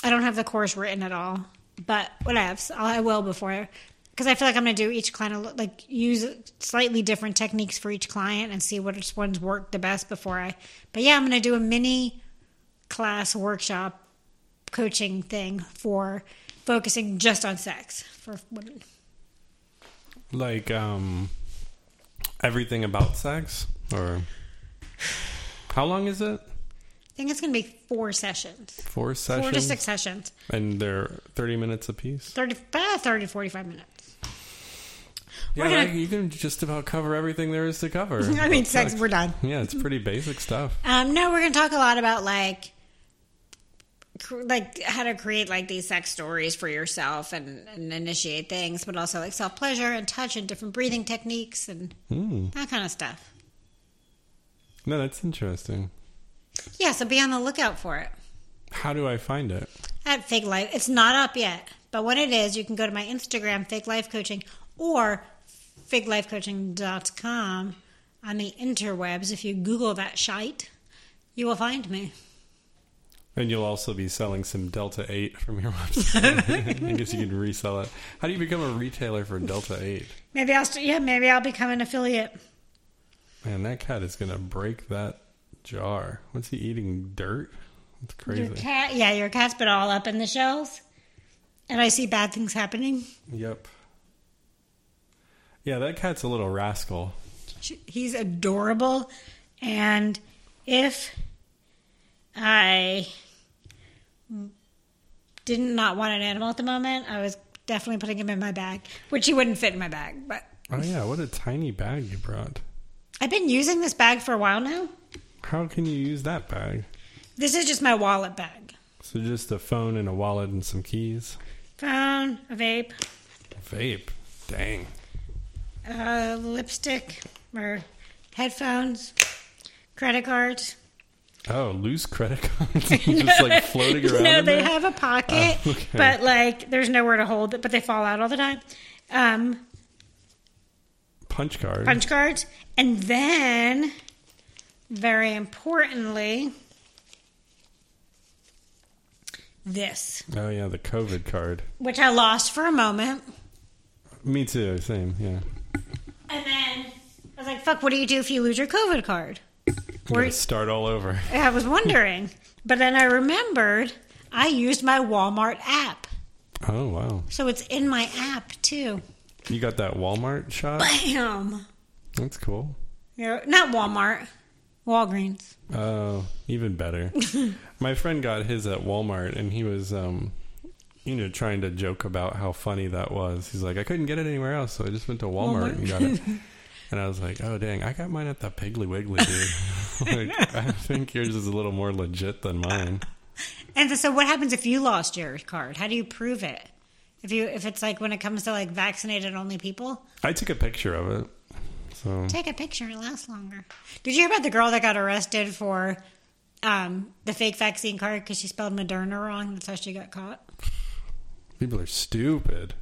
Speaker 1: I don't have the course written at all, but what else? I'll- I will before because I feel like I'm going to do each client a li- like use slightly different techniques for each client and see which ones work the best before I. But yeah, I'm going to do a mini class workshop coaching thing for focusing just on sex for women.
Speaker 2: Like um, everything about sex, or how long is it?
Speaker 1: I think it's going to be four sessions,
Speaker 2: Four sessions,
Speaker 1: four to six sessions,
Speaker 2: and they're thirty minutes apiece.
Speaker 1: 30, uh, 30 45 minutes. We're
Speaker 2: Yeah,
Speaker 1: gonna-
Speaker 2: like, you can just about cover everything there is to cover.
Speaker 1: I mean, sex, we're done.
Speaker 2: Yeah, it's pretty basic stuff.
Speaker 1: Um, no, we're going to talk a lot about like, cr- like how to create like these sex stories for yourself and, and initiate things, but also like self pleasure and touch and different breathing techniques and that kind of stuff.
Speaker 2: No, that's interesting.
Speaker 1: Yeah, so be on the lookout for it
Speaker 2: How do I find it?
Speaker 1: at Fig Life. It's not up yet, but when it is, you can go to my Instagram, Fig Life Coaching, or figlifecoaching.com on the interwebs. If you Google that shite, you will find me.
Speaker 2: And you'll also be selling some Delta 8 from your website. I guess you can resell it. How do you become a retailer for Delta 8?
Speaker 1: Maybe I'll, st- yeah, maybe I'll become an affiliate.
Speaker 2: Man, that cat is going to break that jar. What's he eating? Dirt? That's
Speaker 1: Your
Speaker 2: crazy.
Speaker 1: cat, yeah, your cat's been all up in the shells, and I see bad things happening.
Speaker 2: Yep. Yeah, that cat's a little rascal.
Speaker 1: She- He's adorable, and if I didn't not want an animal at the moment, I was definitely putting him in my bag, which he wouldn't fit in my bag. But
Speaker 2: Oh, yeah, what a tiny bag you brought.
Speaker 1: I've been using this bag for a while now.
Speaker 2: How can you use that bag?
Speaker 1: This is just my wallet bag.
Speaker 2: So, just a phone and a wallet and some keys?
Speaker 1: Phone, a vape,
Speaker 2: Vape. Dang.
Speaker 1: uh, lipstick, or headphones, credit cards.
Speaker 2: Oh, loose credit cards just like floating around.
Speaker 1: No,
Speaker 2: in
Speaker 1: they
Speaker 2: there?
Speaker 1: have a pocket,
Speaker 2: Oh, okay.
Speaker 1: but like there's nowhere to hold it. But they fall out all the time. Um,
Speaker 2: punch card.
Speaker 1: punch cards, and then, very importantly, this,
Speaker 2: Oh yeah, the COVID card.
Speaker 1: which I lost for a moment,
Speaker 2: Me too. Same. Yeah.
Speaker 1: and then I was like, "Fuck! What do you do if you lose your COVID card?"
Speaker 2: We
Speaker 1: Or-
Speaker 2: gotta start all over.
Speaker 1: I was wondering, but then I remembered I used my Walmart app,
Speaker 2: Oh wow,
Speaker 1: so it's in my app too.
Speaker 2: you got that Walmart shot.
Speaker 1: Bam.
Speaker 2: That's cool.
Speaker 1: Yeah, not Walmart, Walgreens.
Speaker 2: Oh, even better. My friend got his at Walmart, and he was, um, you know, trying to joke about how funny that was. He's like, I couldn't get it anywhere else, so I just went to Walmart, and got it. And I was like, oh dang, I got mine at the Piggly Wiggly, dude. like, I think yours is a little more legit than mine.
Speaker 1: And so, what happens if you lost your card? How do you prove it? If you if it's like when it comes to like vaccinated only people,
Speaker 2: I took a picture of it. So
Speaker 1: take a picture. It lasts longer. Did you hear about the girl that got arrested for um, the fake vaccine card because she spelled Moderna wrong? That's how she got caught.
Speaker 2: people are stupid.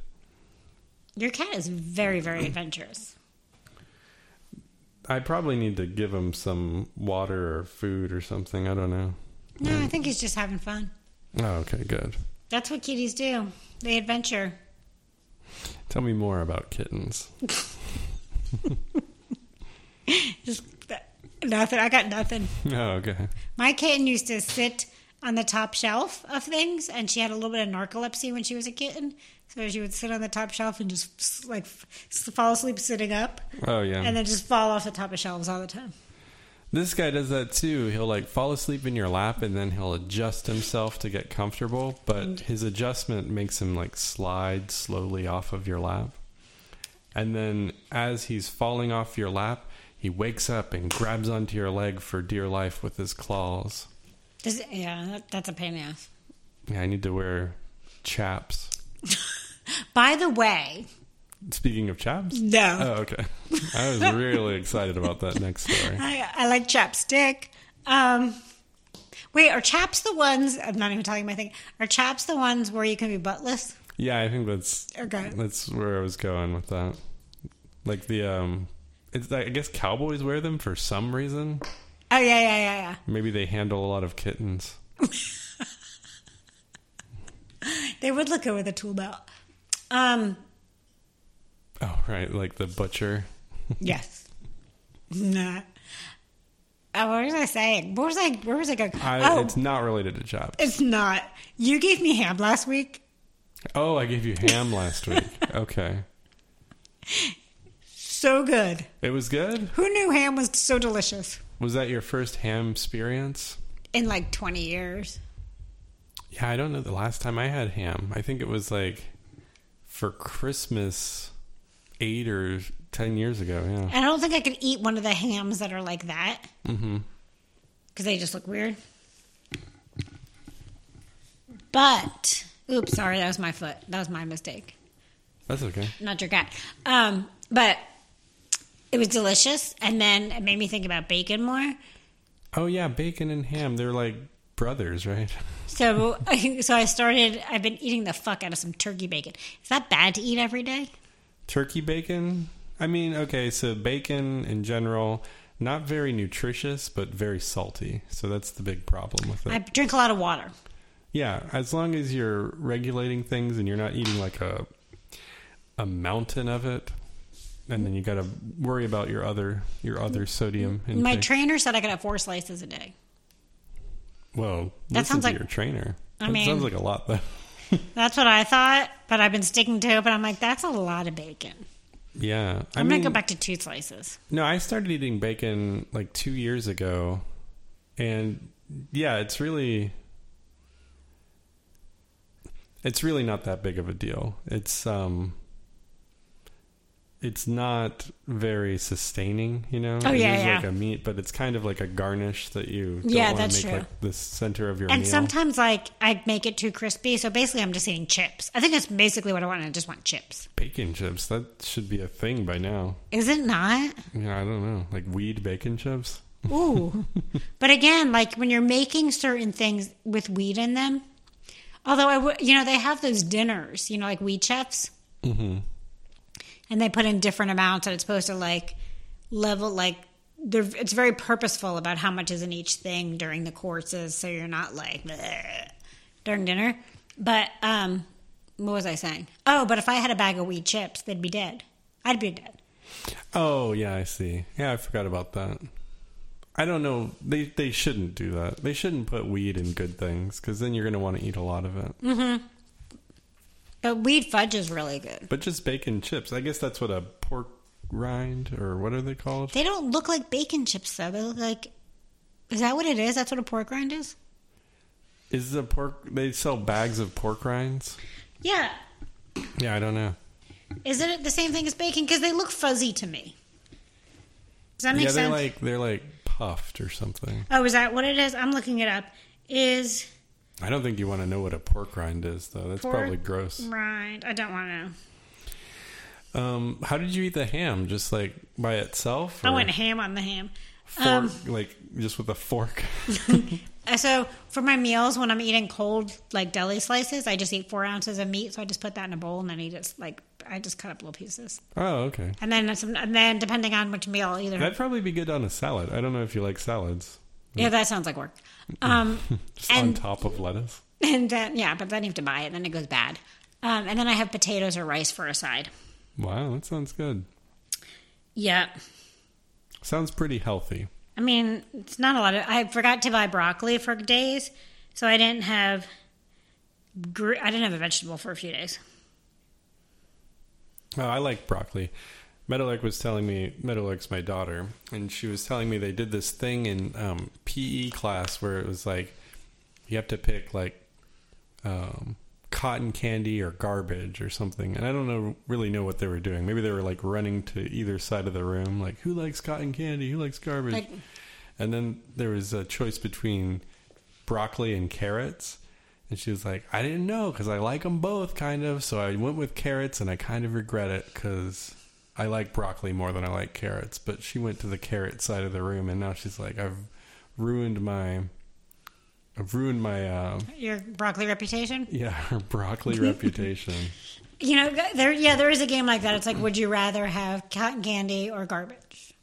Speaker 1: Your cat is very very adventurous.
Speaker 2: I probably need to give him some water or food or something. I don't know.
Speaker 1: No, I think he's just having fun.
Speaker 2: Oh, okay, good.
Speaker 1: That's what kitties do. They adventure.
Speaker 2: Tell me more about kittens.
Speaker 1: Just nothing. I got nothing.
Speaker 2: Oh, okay.
Speaker 1: My kitten used to sit on the top shelf of things, and she had a little bit of narcolepsy when she was a kitten. So she would sit on the top shelf and just like s- fall asleep sitting up,
Speaker 2: Oh, yeah.
Speaker 1: and then just fall off the top of shelves all the time.
Speaker 2: this guy does that too. He'll like fall asleep in your lap and then he'll adjust himself to get comfortable,
Speaker 1: Mm.
Speaker 2: but his adjustment makes him like slide slowly off of your lap. And then as he's falling off your lap, he wakes up and grabs onto your leg for dear life with his claws.
Speaker 1: Does- yeah, that, that's a pain in the ass.
Speaker 2: Yeah, I need to wear chaps.
Speaker 1: By the way,
Speaker 2: Speaking of chaps,
Speaker 1: no,
Speaker 2: Oh, okay. I was really excited about that next story.
Speaker 1: I, I like chapstick. Um, wait, are chaps the ones? I'm not even telling you my thing. Are chaps the ones where you can be buttless?
Speaker 2: Yeah, I think that's
Speaker 1: Okay.
Speaker 2: That's where I was going with that. Like the um, it's I guess cowboys wear them for some reason.
Speaker 1: Oh yeah, yeah, yeah, yeah.
Speaker 2: Maybe they handle a lot of kittens.
Speaker 1: They would look good with a tool belt. Um,
Speaker 2: Oh, right. Like the butcher.
Speaker 1: Yes. Nah. Oh, what was I saying? Where was I? Where was I going?
Speaker 2: I,
Speaker 1: oh,
Speaker 2: It's
Speaker 1: it's,
Speaker 2: not related to jobs.
Speaker 1: not. You gave me ham last week,
Speaker 2: Oh, I gave you ham last week. Okay.
Speaker 1: so good.
Speaker 2: It was good.
Speaker 1: Who knew ham was so delicious?
Speaker 2: Was that your first ham experience?
Speaker 1: In like twenty years,
Speaker 2: Yeah, I don't know the last time I had ham. I think it was like for Christmas 8 or 10 years ago. Yeah.
Speaker 1: and I don't think I could eat one of the hams that are like that
Speaker 2: Mm-hmm.
Speaker 1: because they just look weird. But oops, sorry, that was my foot. That was my mistake.
Speaker 2: That's okay.
Speaker 1: not your cat. Um, but it was delicious, and then it made me think about bacon more.
Speaker 2: Oh, yeah. Bacon and ham. They're like brothers, right?
Speaker 1: So, so I started. I've been eating the fuck out of some turkey bacon. Is that bad to eat every day?
Speaker 2: Turkey bacon. I mean, okay. So, bacon in general, not very nutritious, but very salty. So, that's the big problem with it.
Speaker 1: I drink a lot of water.
Speaker 2: Yeah, as long as you're regulating things and you're not eating like a a mountain of it, and then you got to worry about your other your other sodium. Intake.
Speaker 1: My trainer said I could have four slices a day.
Speaker 2: well,
Speaker 1: That
Speaker 2: listen
Speaker 1: sounds
Speaker 2: to
Speaker 1: like-
Speaker 2: your trainer.
Speaker 1: I
Speaker 2: that
Speaker 1: mean-
Speaker 2: sounds like a lot though.
Speaker 1: That's what I thought, but I've been sticking to it. But I'm like, that's a lot of bacon.
Speaker 2: Yeah, I
Speaker 1: I'm
Speaker 2: mean,
Speaker 1: gonna go back to two slices.
Speaker 2: no, I started eating bacon like two years ago, and yeah, it's really it's really not that big of a deal. It's um it's not very sustaining, you know.
Speaker 1: Oh,
Speaker 2: it
Speaker 1: yeah,
Speaker 2: is
Speaker 1: yeah.
Speaker 2: like a meat, but it's kind of like a garnish that you don't
Speaker 1: Yeah,
Speaker 2: want to
Speaker 1: that's
Speaker 2: make
Speaker 1: true.
Speaker 2: like the center of your
Speaker 1: And
Speaker 2: meal.
Speaker 1: sometimes, like, I make it too crispy. So basically, I'm just eating chips. I think that's basically what I want. I just want chips.
Speaker 2: bacon chips, that should be a thing by now.
Speaker 1: Is it not?
Speaker 2: Yeah, I don't know. Like weed bacon chips?
Speaker 1: Ooh. but again, like when you're making certain things with wheat in them, although I would, you know, they have those dinners, you know, like wheat chefs,
Speaker 2: Mm-hmm.
Speaker 1: and they put in different amounts, and it's supposed to like level, like they're, it's very purposeful about how much is in each thing during the courses, so you're not like "Bleh," during dinner. But um, what was I saying? Oh, but if I had a bag of wheat chips, they'd be dead. I'd be dead.
Speaker 2: Oh yeah, I see. Yeah, I forgot about that. I don't know. They they shouldn't do that. They shouldn't put weed in good things because then you're gonna want to eat a lot of it.
Speaker 1: Mm. But wheat fudge is really good.
Speaker 2: But just bacon chips. I guess that's what a pork rind or what are they called?
Speaker 1: They don't look like bacon chips though. They look like is that what it is? That's what a pork rind is?
Speaker 2: Is the pork? They sell bags of pork rinds.
Speaker 1: Yeah.
Speaker 2: Yeah, I don't know.
Speaker 1: Is it the same thing as bacon? Because they look fuzzy to me. Does that make
Speaker 2: yeah, they're
Speaker 1: sense?
Speaker 2: like they're like puffed or something.
Speaker 1: oh, is that what it is? I'm looking it up. Is
Speaker 2: I don't think you want to know what a pork rind is though. That's
Speaker 1: Pork
Speaker 2: probably gross.
Speaker 1: rind? I don't want to know.
Speaker 2: Um, how did you eat the ham? Just like by itself?
Speaker 1: I
Speaker 2: or
Speaker 1: went um, ham on the ham.
Speaker 2: fork, like just with a fork.
Speaker 1: Uh, So for my meals, when I'm eating cold like deli slices, I just eat four ounces of meat. So I just put that in a bowl and then eat it like I just cut up little pieces.
Speaker 2: oh, okay.
Speaker 1: And then some, and then depending on which meal, either
Speaker 2: That'd probably be good on a salad. I don't know if you like salads.
Speaker 1: yeah, that sounds like work. Um,
Speaker 2: Just on
Speaker 1: And-
Speaker 2: top of lettuce.
Speaker 1: And then yeah, but then you have to buy it, and then it goes bad. Um, and then I have potatoes or rice for a side.
Speaker 2: Wow, that sounds good.
Speaker 1: Yeah,
Speaker 2: Sounds pretty healthy.
Speaker 1: I mean it's not a lot of. I forgot to buy broccoli for days, so I didn't have. gr- I didn't have a vegetable for a few days.
Speaker 2: Oh, I like broccoli. Meadowlark was telling me, Meadowlark's my daughter, and she was telling me they did this thing in um, PE class where it was like you have to pick like um, cotton candy or garbage or something. And I don't know really know what they were doing. Maybe they were like running to either side of the room, like who likes cotton candy, who likes garbage.
Speaker 1: Like-
Speaker 2: and then there was a choice between broccoli and carrots. And she was like, I didn't know because I like them both, kind of. So I went with carrots and I kind of regret it because I like broccoli more than I like carrots. But she went to the carrot side of the room and now she's like, I've ruined my. I've ruined my uh,
Speaker 1: Your broccoli reputation.
Speaker 2: yeah, her broccoli reputation.
Speaker 1: You know, there. Yeah, there is a game like that. It's like, would you rather have cotton candy or garbage?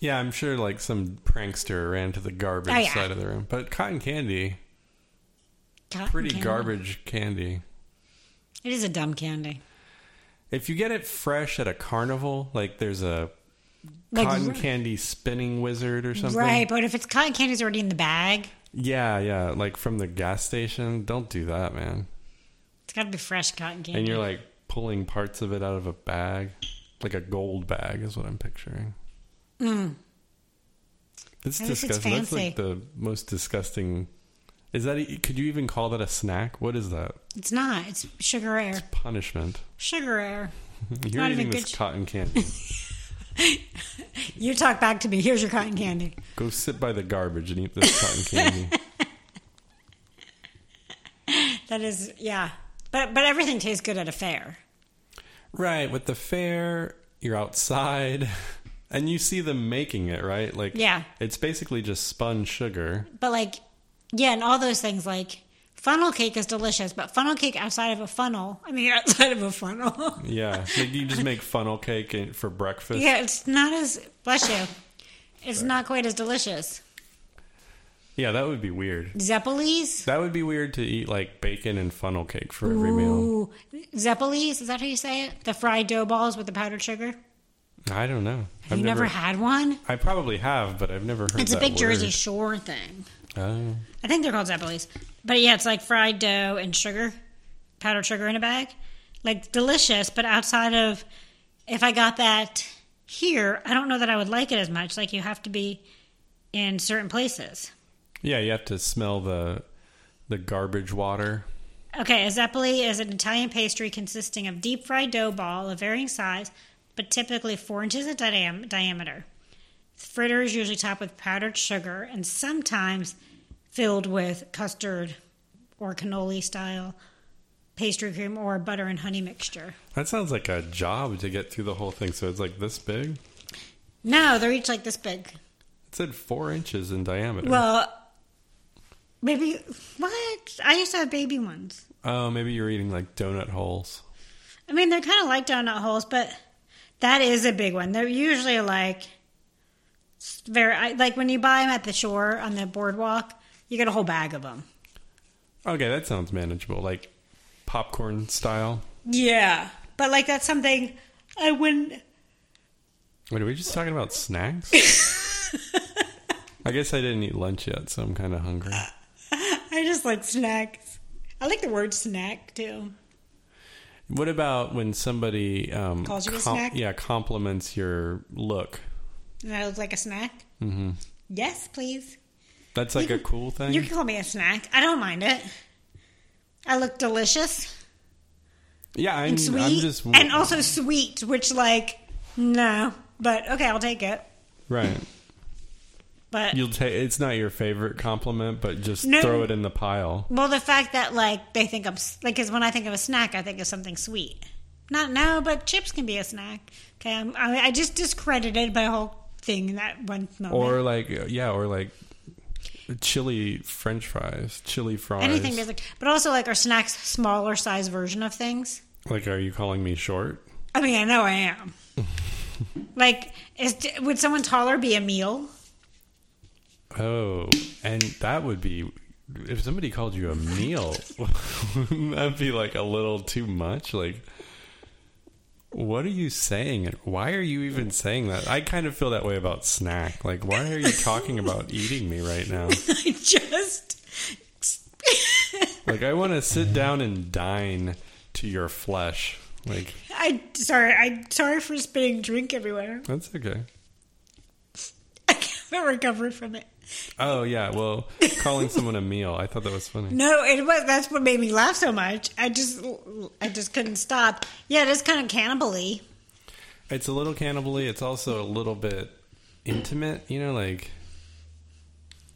Speaker 2: Yeah, I'm sure like some prankster ran to the garbage
Speaker 1: Oh, yeah.
Speaker 2: side of the room. But cotton candy,
Speaker 1: Cotton
Speaker 2: pretty
Speaker 1: candy.
Speaker 2: garbage candy.
Speaker 1: It is a dumb candy.
Speaker 2: If you get it fresh at a carnival, like there's a
Speaker 1: Like,
Speaker 2: cotton
Speaker 1: right.
Speaker 2: candy spinning wizard or something.
Speaker 1: Right, but if it's cotton candy's already in the bag,
Speaker 2: Yeah, yeah. Like from the gas station. Don't do that, man.
Speaker 1: it's got to be fresh cotton candy.
Speaker 2: And you're like pulling parts of it out of a bag, like a gold bag, is what I'm picturing. It's
Speaker 1: At least it's
Speaker 2: disgusting. That's like
Speaker 1: Mm. fancy.
Speaker 2: the most disgusting. Is that? e- Could you even call that a snack? What is that?
Speaker 1: it's not. It's sugar air.
Speaker 2: Punishment.
Speaker 1: Sugar air.
Speaker 2: You're
Speaker 1: Not even
Speaker 2: eating this
Speaker 1: good sh-
Speaker 2: cotton candy.
Speaker 1: You talk back to me. Here's your cotton candy.
Speaker 2: Go sit by the garbage and eat this cotton candy.
Speaker 1: That is, yeah. But but everything tastes good at a fair.
Speaker 2: right. With the fair, you're outside, and you see them making it. Right. Like
Speaker 1: Yeah.
Speaker 2: it's basically just spun sugar.
Speaker 1: But like, yeah, and all those things like funnel cake is delicious, but funnel cake outside of a funnel, I mean outside of a funnel.
Speaker 2: Yeah, like you just make funnel cake in- for breakfast.
Speaker 1: yeah, it's not as bless you. It's not quite as delicious.
Speaker 2: Yeah, that would be weird.
Speaker 1: Zeppelis?
Speaker 2: That would be weird to eat like bacon and funnel cake for every meal.
Speaker 1: Ooh. Zeppelis, is that how you say it? The fried dough balls with the powdered sugar?
Speaker 2: I don't know.
Speaker 1: Have you never, had one?
Speaker 2: I probably have, but I've never heard.
Speaker 1: It's a
Speaker 2: that
Speaker 1: big
Speaker 2: word.
Speaker 1: Jersey Shore thing.
Speaker 2: Oh,
Speaker 1: I think they're called Zeppelis. But yeah, it's like fried dough and sugar, powdered sugar in a bag. Like delicious, but outside of if I got that here, I don't know that I would like it as much. Like you have to be in certain places.
Speaker 2: yeah. You have to smell the the garbage water.
Speaker 1: Okay, a zeppoli is an Italian pastry consisting of deep fried dough ball of varying size, but typically four inches in diam- diameter. Fritter is usually topped with powdered sugar and sometimes filled with custard or cannoli style pastry cream or butter and honey mixture.
Speaker 2: That sounds like a job to get through the whole thing. So it's like this big.
Speaker 1: No, they're each like this big.
Speaker 2: It said four inches in diameter.
Speaker 1: Well, maybe what? I used to have baby ones.
Speaker 2: oh, maybe you're eating like donut holes.
Speaker 1: I mean, they're kind of like donut holes, but that is a big one. They're usually like s- very I- like when you buy them at the shore on the boardwalk, you get a whole bag of them.
Speaker 2: Okay, that sounds manageable. Like popcorn style.
Speaker 1: Yeah, but like that's something I wouldn't.
Speaker 2: Wait, are we just talking about snacks? I guess I didn't eat lunch yet, so I'm kind of hungry.
Speaker 1: I just like snacks. I like the word snack too.
Speaker 2: What about when somebody um,
Speaker 1: Calls you a snack?
Speaker 2: Yeah, compliments your look.
Speaker 1: And I look like a snack. Mm-hmm. Yes, please.
Speaker 2: That's like a cool thing.
Speaker 1: You can call me a snack. I don't mind it. I look delicious
Speaker 2: yeah, Mm, I'm,
Speaker 1: and sweet,
Speaker 2: I'm just
Speaker 1: and also sweet, which like no, but okay, I'll take it.
Speaker 2: right.
Speaker 1: But
Speaker 2: You'll take it's not your favorite compliment, but just
Speaker 1: No.
Speaker 2: throw it in the pile.
Speaker 1: Well, the fact that like they think I'm s- like because when I think of a snack, I think of something sweet. Not now, but chips can be a snack. Okay, I'm, I, I just discredited my whole thing in that one moment.
Speaker 2: Or like yeah, or like chili French fries, chili fries.
Speaker 1: anything basic, but also like are snacks smaller size version of things?
Speaker 2: Like, are you calling me short?
Speaker 1: I mean, I know I am. like, is would someone taller be a meal?
Speaker 2: Oh, and that would be if somebody called you a meal, wouldn't that be like a little too much? Like, what are you saying? And why are you even saying that? I kind of feel that way about snack. Like, why are you talking about eating me right now?
Speaker 1: I just
Speaker 2: Like, I want to sit down and dine to your flesh. Like,
Speaker 1: I sorry I sorry for spitting drink everywhere.
Speaker 2: that's okay.
Speaker 1: I can't recover from it.
Speaker 2: Oh, yeah. Well, calling someone a meal, I thought that was funny.
Speaker 1: No, it was. That's what made me laugh so much. I just, I just couldn't stop. Yeah, it is kind of cannibally.
Speaker 2: It's a little cannibally. It's also a little bit intimate. You know, like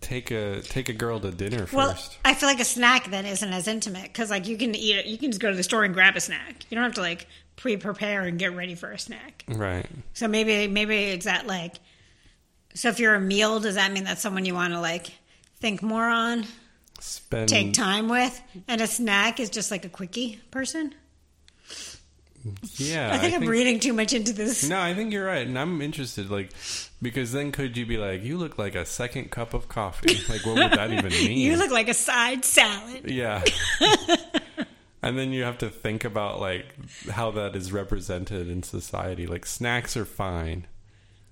Speaker 2: take a take a girl to dinner
Speaker 1: Well,
Speaker 2: first.
Speaker 1: I feel like a snack then isn't as intimate because like you can eat it. You can just go to the store and grab a snack. You don't have to like pre-prepare and get ready for a snack.
Speaker 2: Right.
Speaker 1: So maybe, maybe it's that like. So if you're a meal, does that mean that's someone you want to like think more on,
Speaker 2: Spend
Speaker 1: take time with, and a snack is just like a quickie person?
Speaker 2: Yeah.
Speaker 1: I think I am reading too much into this.
Speaker 2: No, I think you're right, and I'm interested. Like, because then could you be like, you look like a second cup of coffee? Like, what would that even mean?
Speaker 1: You look like a side salad.
Speaker 2: yeah. And then you have to think about like how that is represented in society. Like snacks are fine.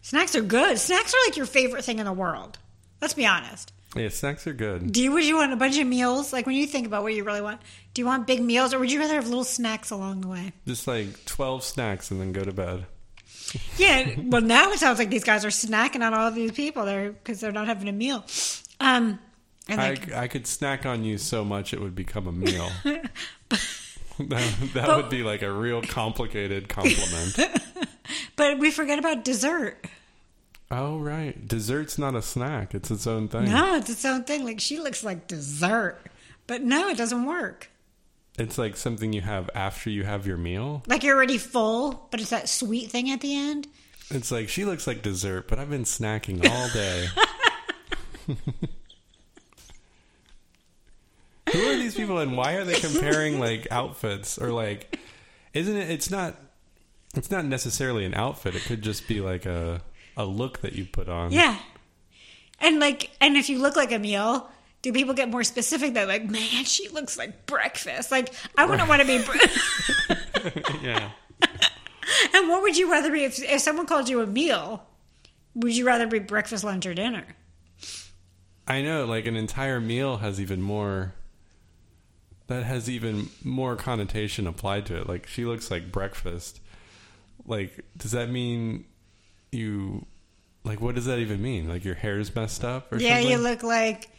Speaker 1: Snacks are good. Snacks are like your favorite thing in the world. Let's be honest.
Speaker 2: Yeah, snacks are good.
Speaker 1: Do you would you want a bunch of meals? Like when you think about what you really want, do you want big meals or would you rather have little snacks along the way?
Speaker 2: Just like 12 snacks and then go to bed.
Speaker 1: Yeah. well, now it sounds like these guys are snacking on all these people there because they're not having a meal. Um, and
Speaker 2: I,
Speaker 1: like,
Speaker 2: I could snack on you so much it would become a meal. that that would be like a real complicated compliment.
Speaker 1: but we forget about dessert.
Speaker 2: oh, right. Dessert's not a snack, it's its own thing.
Speaker 1: No, it's its own thing. Like she looks like dessert, but no, it doesn't work.
Speaker 2: It's like something you have after you have your meal.
Speaker 1: Like you're already full, but it's that sweet thing at the end.
Speaker 2: It's like she looks like dessert, but I've been snacking all day. Who are these people and why are they comparing like outfits or like isn't it it's not it's not necessarily an outfit. It could just be like a a look that you put on.
Speaker 1: Yeah. And like, and if you look like a meal, do people get more specific? They're like, man, she looks like breakfast. Like, I wouldn't want to be. Bre-
Speaker 2: yeah.
Speaker 1: and what would you rather be if, if someone called you a meal? Would you rather be breakfast, lunch, or dinner?
Speaker 2: I know like an entire meal has even more that has even more connotation applied to it. Like she looks like breakfast. Like does that mean you like what does that even mean? Like your hair's messed up or
Speaker 1: Yeah,
Speaker 2: something?
Speaker 1: you look like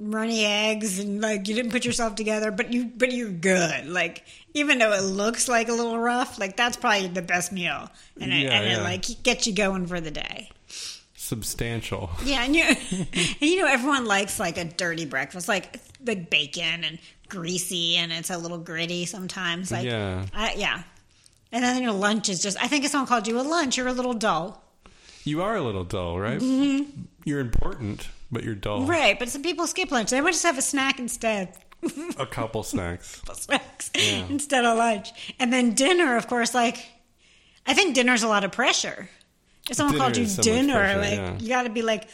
Speaker 1: runny eggs, and like you didn't put yourself together, but you but you're good. Like even though it looks like a little rough, like that's probably the best meal, and it,
Speaker 2: Yeah,
Speaker 1: and it
Speaker 2: yeah.
Speaker 1: like gets you going for the day.
Speaker 2: substantial.
Speaker 1: Yeah, and you and you know everyone likes like a dirty breakfast, like like bacon and greasy, and it's a little gritty sometimes. Like
Speaker 2: Yeah.
Speaker 1: I, yeah. And then your lunch is just. I think if someone called you a lunch, you're a little dull,
Speaker 2: You are a little dull, right? You're important, but you're dull.
Speaker 1: Mm-hmm. right? But some people skip lunch; they would just have a snack instead.
Speaker 2: A couple snacks.
Speaker 1: Couple Snacks instead of lunch, and then dinner, of course. Like, I think dinner's a lot of pressure. If someone
Speaker 2: Dinner
Speaker 1: called you
Speaker 2: is so much
Speaker 1: dinner,
Speaker 2: pressure,
Speaker 1: like
Speaker 2: yeah.
Speaker 1: you got to be like,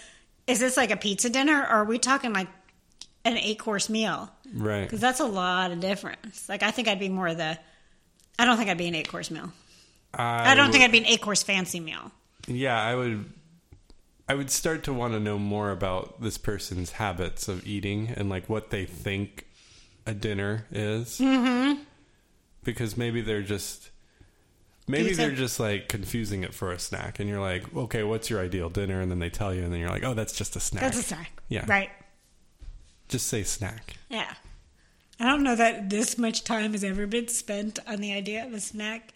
Speaker 1: is this like a pizza dinner, or are we talking like an eight course meal?
Speaker 2: Right.
Speaker 1: Because that's a lot of difference. Like, I think I'd be more of the. I don't think I'd be an eight course meal. I, don't think I'd be an eight course fancy meal.
Speaker 2: Yeah, I would I would start to want to know more about this person's habits of eating and like what they think a dinner is. Mm-hmm. Because maybe they're just maybe
Speaker 1: Pizza.
Speaker 2: they're just like confusing it for a snack and you're like, "Okay, what's your ideal dinner?" and then they tell you and then you're like, "Oh, that's just a snack."
Speaker 1: That's a snack.
Speaker 2: Yeah.
Speaker 1: Right.
Speaker 2: just say snack.
Speaker 1: Yeah. I don't know that this much time has ever been spent on the idea of a snack.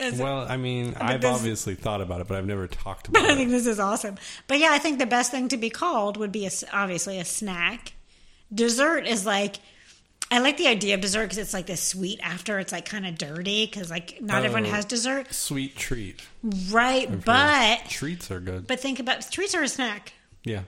Speaker 1: As-
Speaker 2: Well, I mean, I've
Speaker 1: this-
Speaker 2: obviously thought about it, but I've never talked about
Speaker 1: I
Speaker 2: it.
Speaker 1: think this is awesome. But yeah, I think the best thing to be called would be a s obviously a snack. Dessert is like I like the idea of dessert because it's like this sweet after. It's like kind of dirty because like not everyone
Speaker 2: Oh.
Speaker 1: has dessert,
Speaker 2: Sweet treat.
Speaker 1: right? But
Speaker 2: treats are good.
Speaker 1: But think about treats are a snack.
Speaker 2: yeah.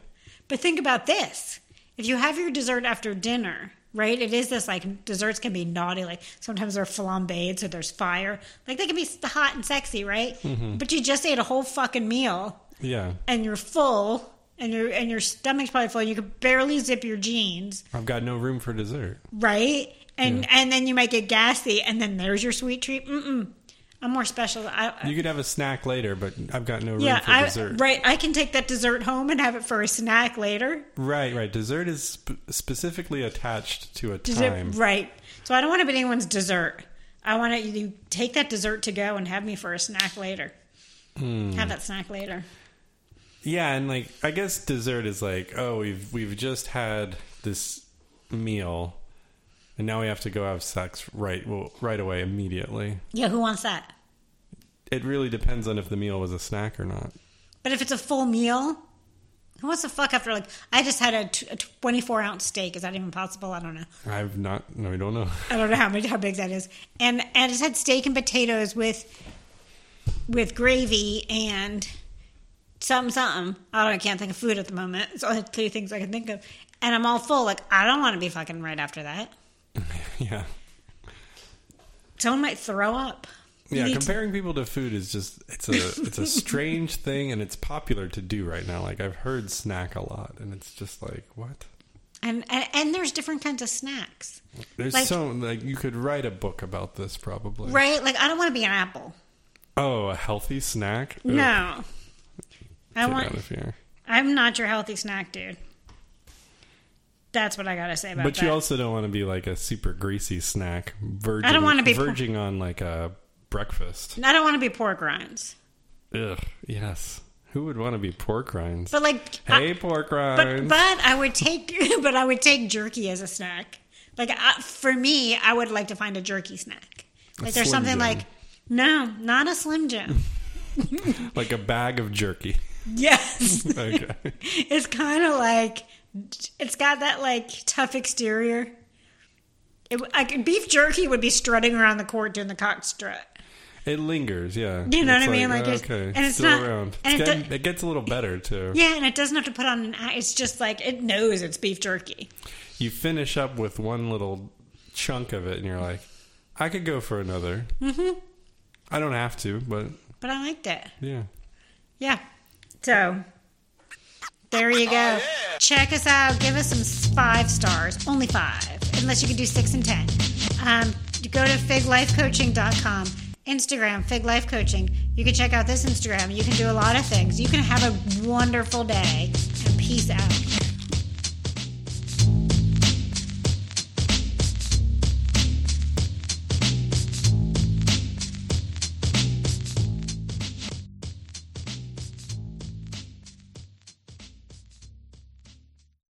Speaker 1: But think about this: if you have your dessert after dinner, right? It is this like desserts can be naughty. Like sometimes they're flambéed, so there's fire. Like they can be s- hot and sexy, right?
Speaker 2: Mm-hmm.
Speaker 1: But you just ate a whole fucking meal,
Speaker 2: Yeah.
Speaker 1: and you're full, and your and your stomach's probably full. And you could barely zip your jeans,
Speaker 2: I've got no room for dessert.
Speaker 1: right? And and then you might get gassy, and then there's your sweet treat. Mm-mm. I'm more special. I, I-
Speaker 2: You could have a snack later, but I've got no room
Speaker 1: yeah,
Speaker 2: for
Speaker 1: I,
Speaker 2: dessert.
Speaker 1: right. I can take that dessert home and have it for a snack later.
Speaker 2: Right, right. Dessert is sp- specifically attached to a
Speaker 1: Dessert-
Speaker 2: time.
Speaker 1: right. So I don't want to be anyone's dessert. I want to you take that dessert to go and have me for a snack later. Have that snack later.
Speaker 2: Yeah, and like I guess dessert is like, oh, we've we've just had this meal and now we have to go have sex right well, right away immediately.
Speaker 1: Yeah, who wants that?
Speaker 2: It really depends on if the meal was a snack or not.
Speaker 1: But if it's a full meal, who wants to fuck after like I just had a, t- a twenty-four ounce steak? Is that even possible? I don't know.
Speaker 2: I've not no, I don't know.
Speaker 1: I don't know how much how big that is. And and I just had steak and potatoes with with gravy and something something. I don't I can't think of food at the moment. It's only two things I can think of. And I'm all full. Like I don't want to be fucking right after that.
Speaker 2: yeah.
Speaker 1: Someone might throw up. You
Speaker 2: Yeah,
Speaker 1: need to-
Speaker 2: comparing people to food is just it's a it's a strange thing and it's popular to do right now. Like I've heard snack a lot and it's just like what?
Speaker 1: And, and and there's different kinds of snacks,
Speaker 2: There's
Speaker 1: Like-
Speaker 2: so like you could write a book about this probably.
Speaker 1: right? Like I don't want to be an apple.
Speaker 2: Oh, a healthy snack? Ugh, get
Speaker 1: No, I
Speaker 2: out
Speaker 1: want.
Speaker 2: of here.
Speaker 1: I'm not your healthy snack, dude. That's what I gotta say about
Speaker 2: But
Speaker 1: that.
Speaker 2: you also don't want to be like a super greasy snack. Verging,
Speaker 1: wanna be-
Speaker 2: verging on like a breakfast.
Speaker 1: I don't want to be pork rinds,
Speaker 2: Ugh. Yes. Who would want to be pork rinds?
Speaker 1: but like,
Speaker 2: hey,
Speaker 1: I,
Speaker 2: pork
Speaker 1: but
Speaker 2: rinds.
Speaker 1: but I would take but I would take jerky as a snack. Like I, for me, I would like to find a jerky snack. Like there's
Speaker 2: Slim
Speaker 1: something
Speaker 2: Jim.
Speaker 1: like no, not a Slim Jim.
Speaker 2: like a bag of jerky.
Speaker 1: yes.
Speaker 2: okay.
Speaker 1: It's kind of like it's got that like tough exterior. It, like beef jerky would be strutting around the court doing the cock strut.
Speaker 2: It lingers, yeah.
Speaker 1: You know what
Speaker 2: It's
Speaker 1: I mean? Like,
Speaker 2: oh,
Speaker 1: it's-
Speaker 2: okay,
Speaker 1: and it's
Speaker 2: still
Speaker 1: not-
Speaker 2: around.
Speaker 1: and
Speaker 2: It's
Speaker 1: it
Speaker 2: getting-
Speaker 1: do-
Speaker 2: it gets a little better too.
Speaker 1: Yeah, and it doesn't have to put on an act. It's just like it knows it's beef jerky.
Speaker 2: you finish up with one little chunk of it and you're like i could go for another mm-hmm. i don't have to but
Speaker 1: But I liked it.
Speaker 2: yeah
Speaker 1: Yeah. So there you go. Check us out. Give us some five stars. Only five, unless you can do six and ten. Um, go to figlifecoaching.com. Instagram, Fig Life Coaching. You can check out this Instagram. You can do a lot of things. You can have a wonderful day. And peace out.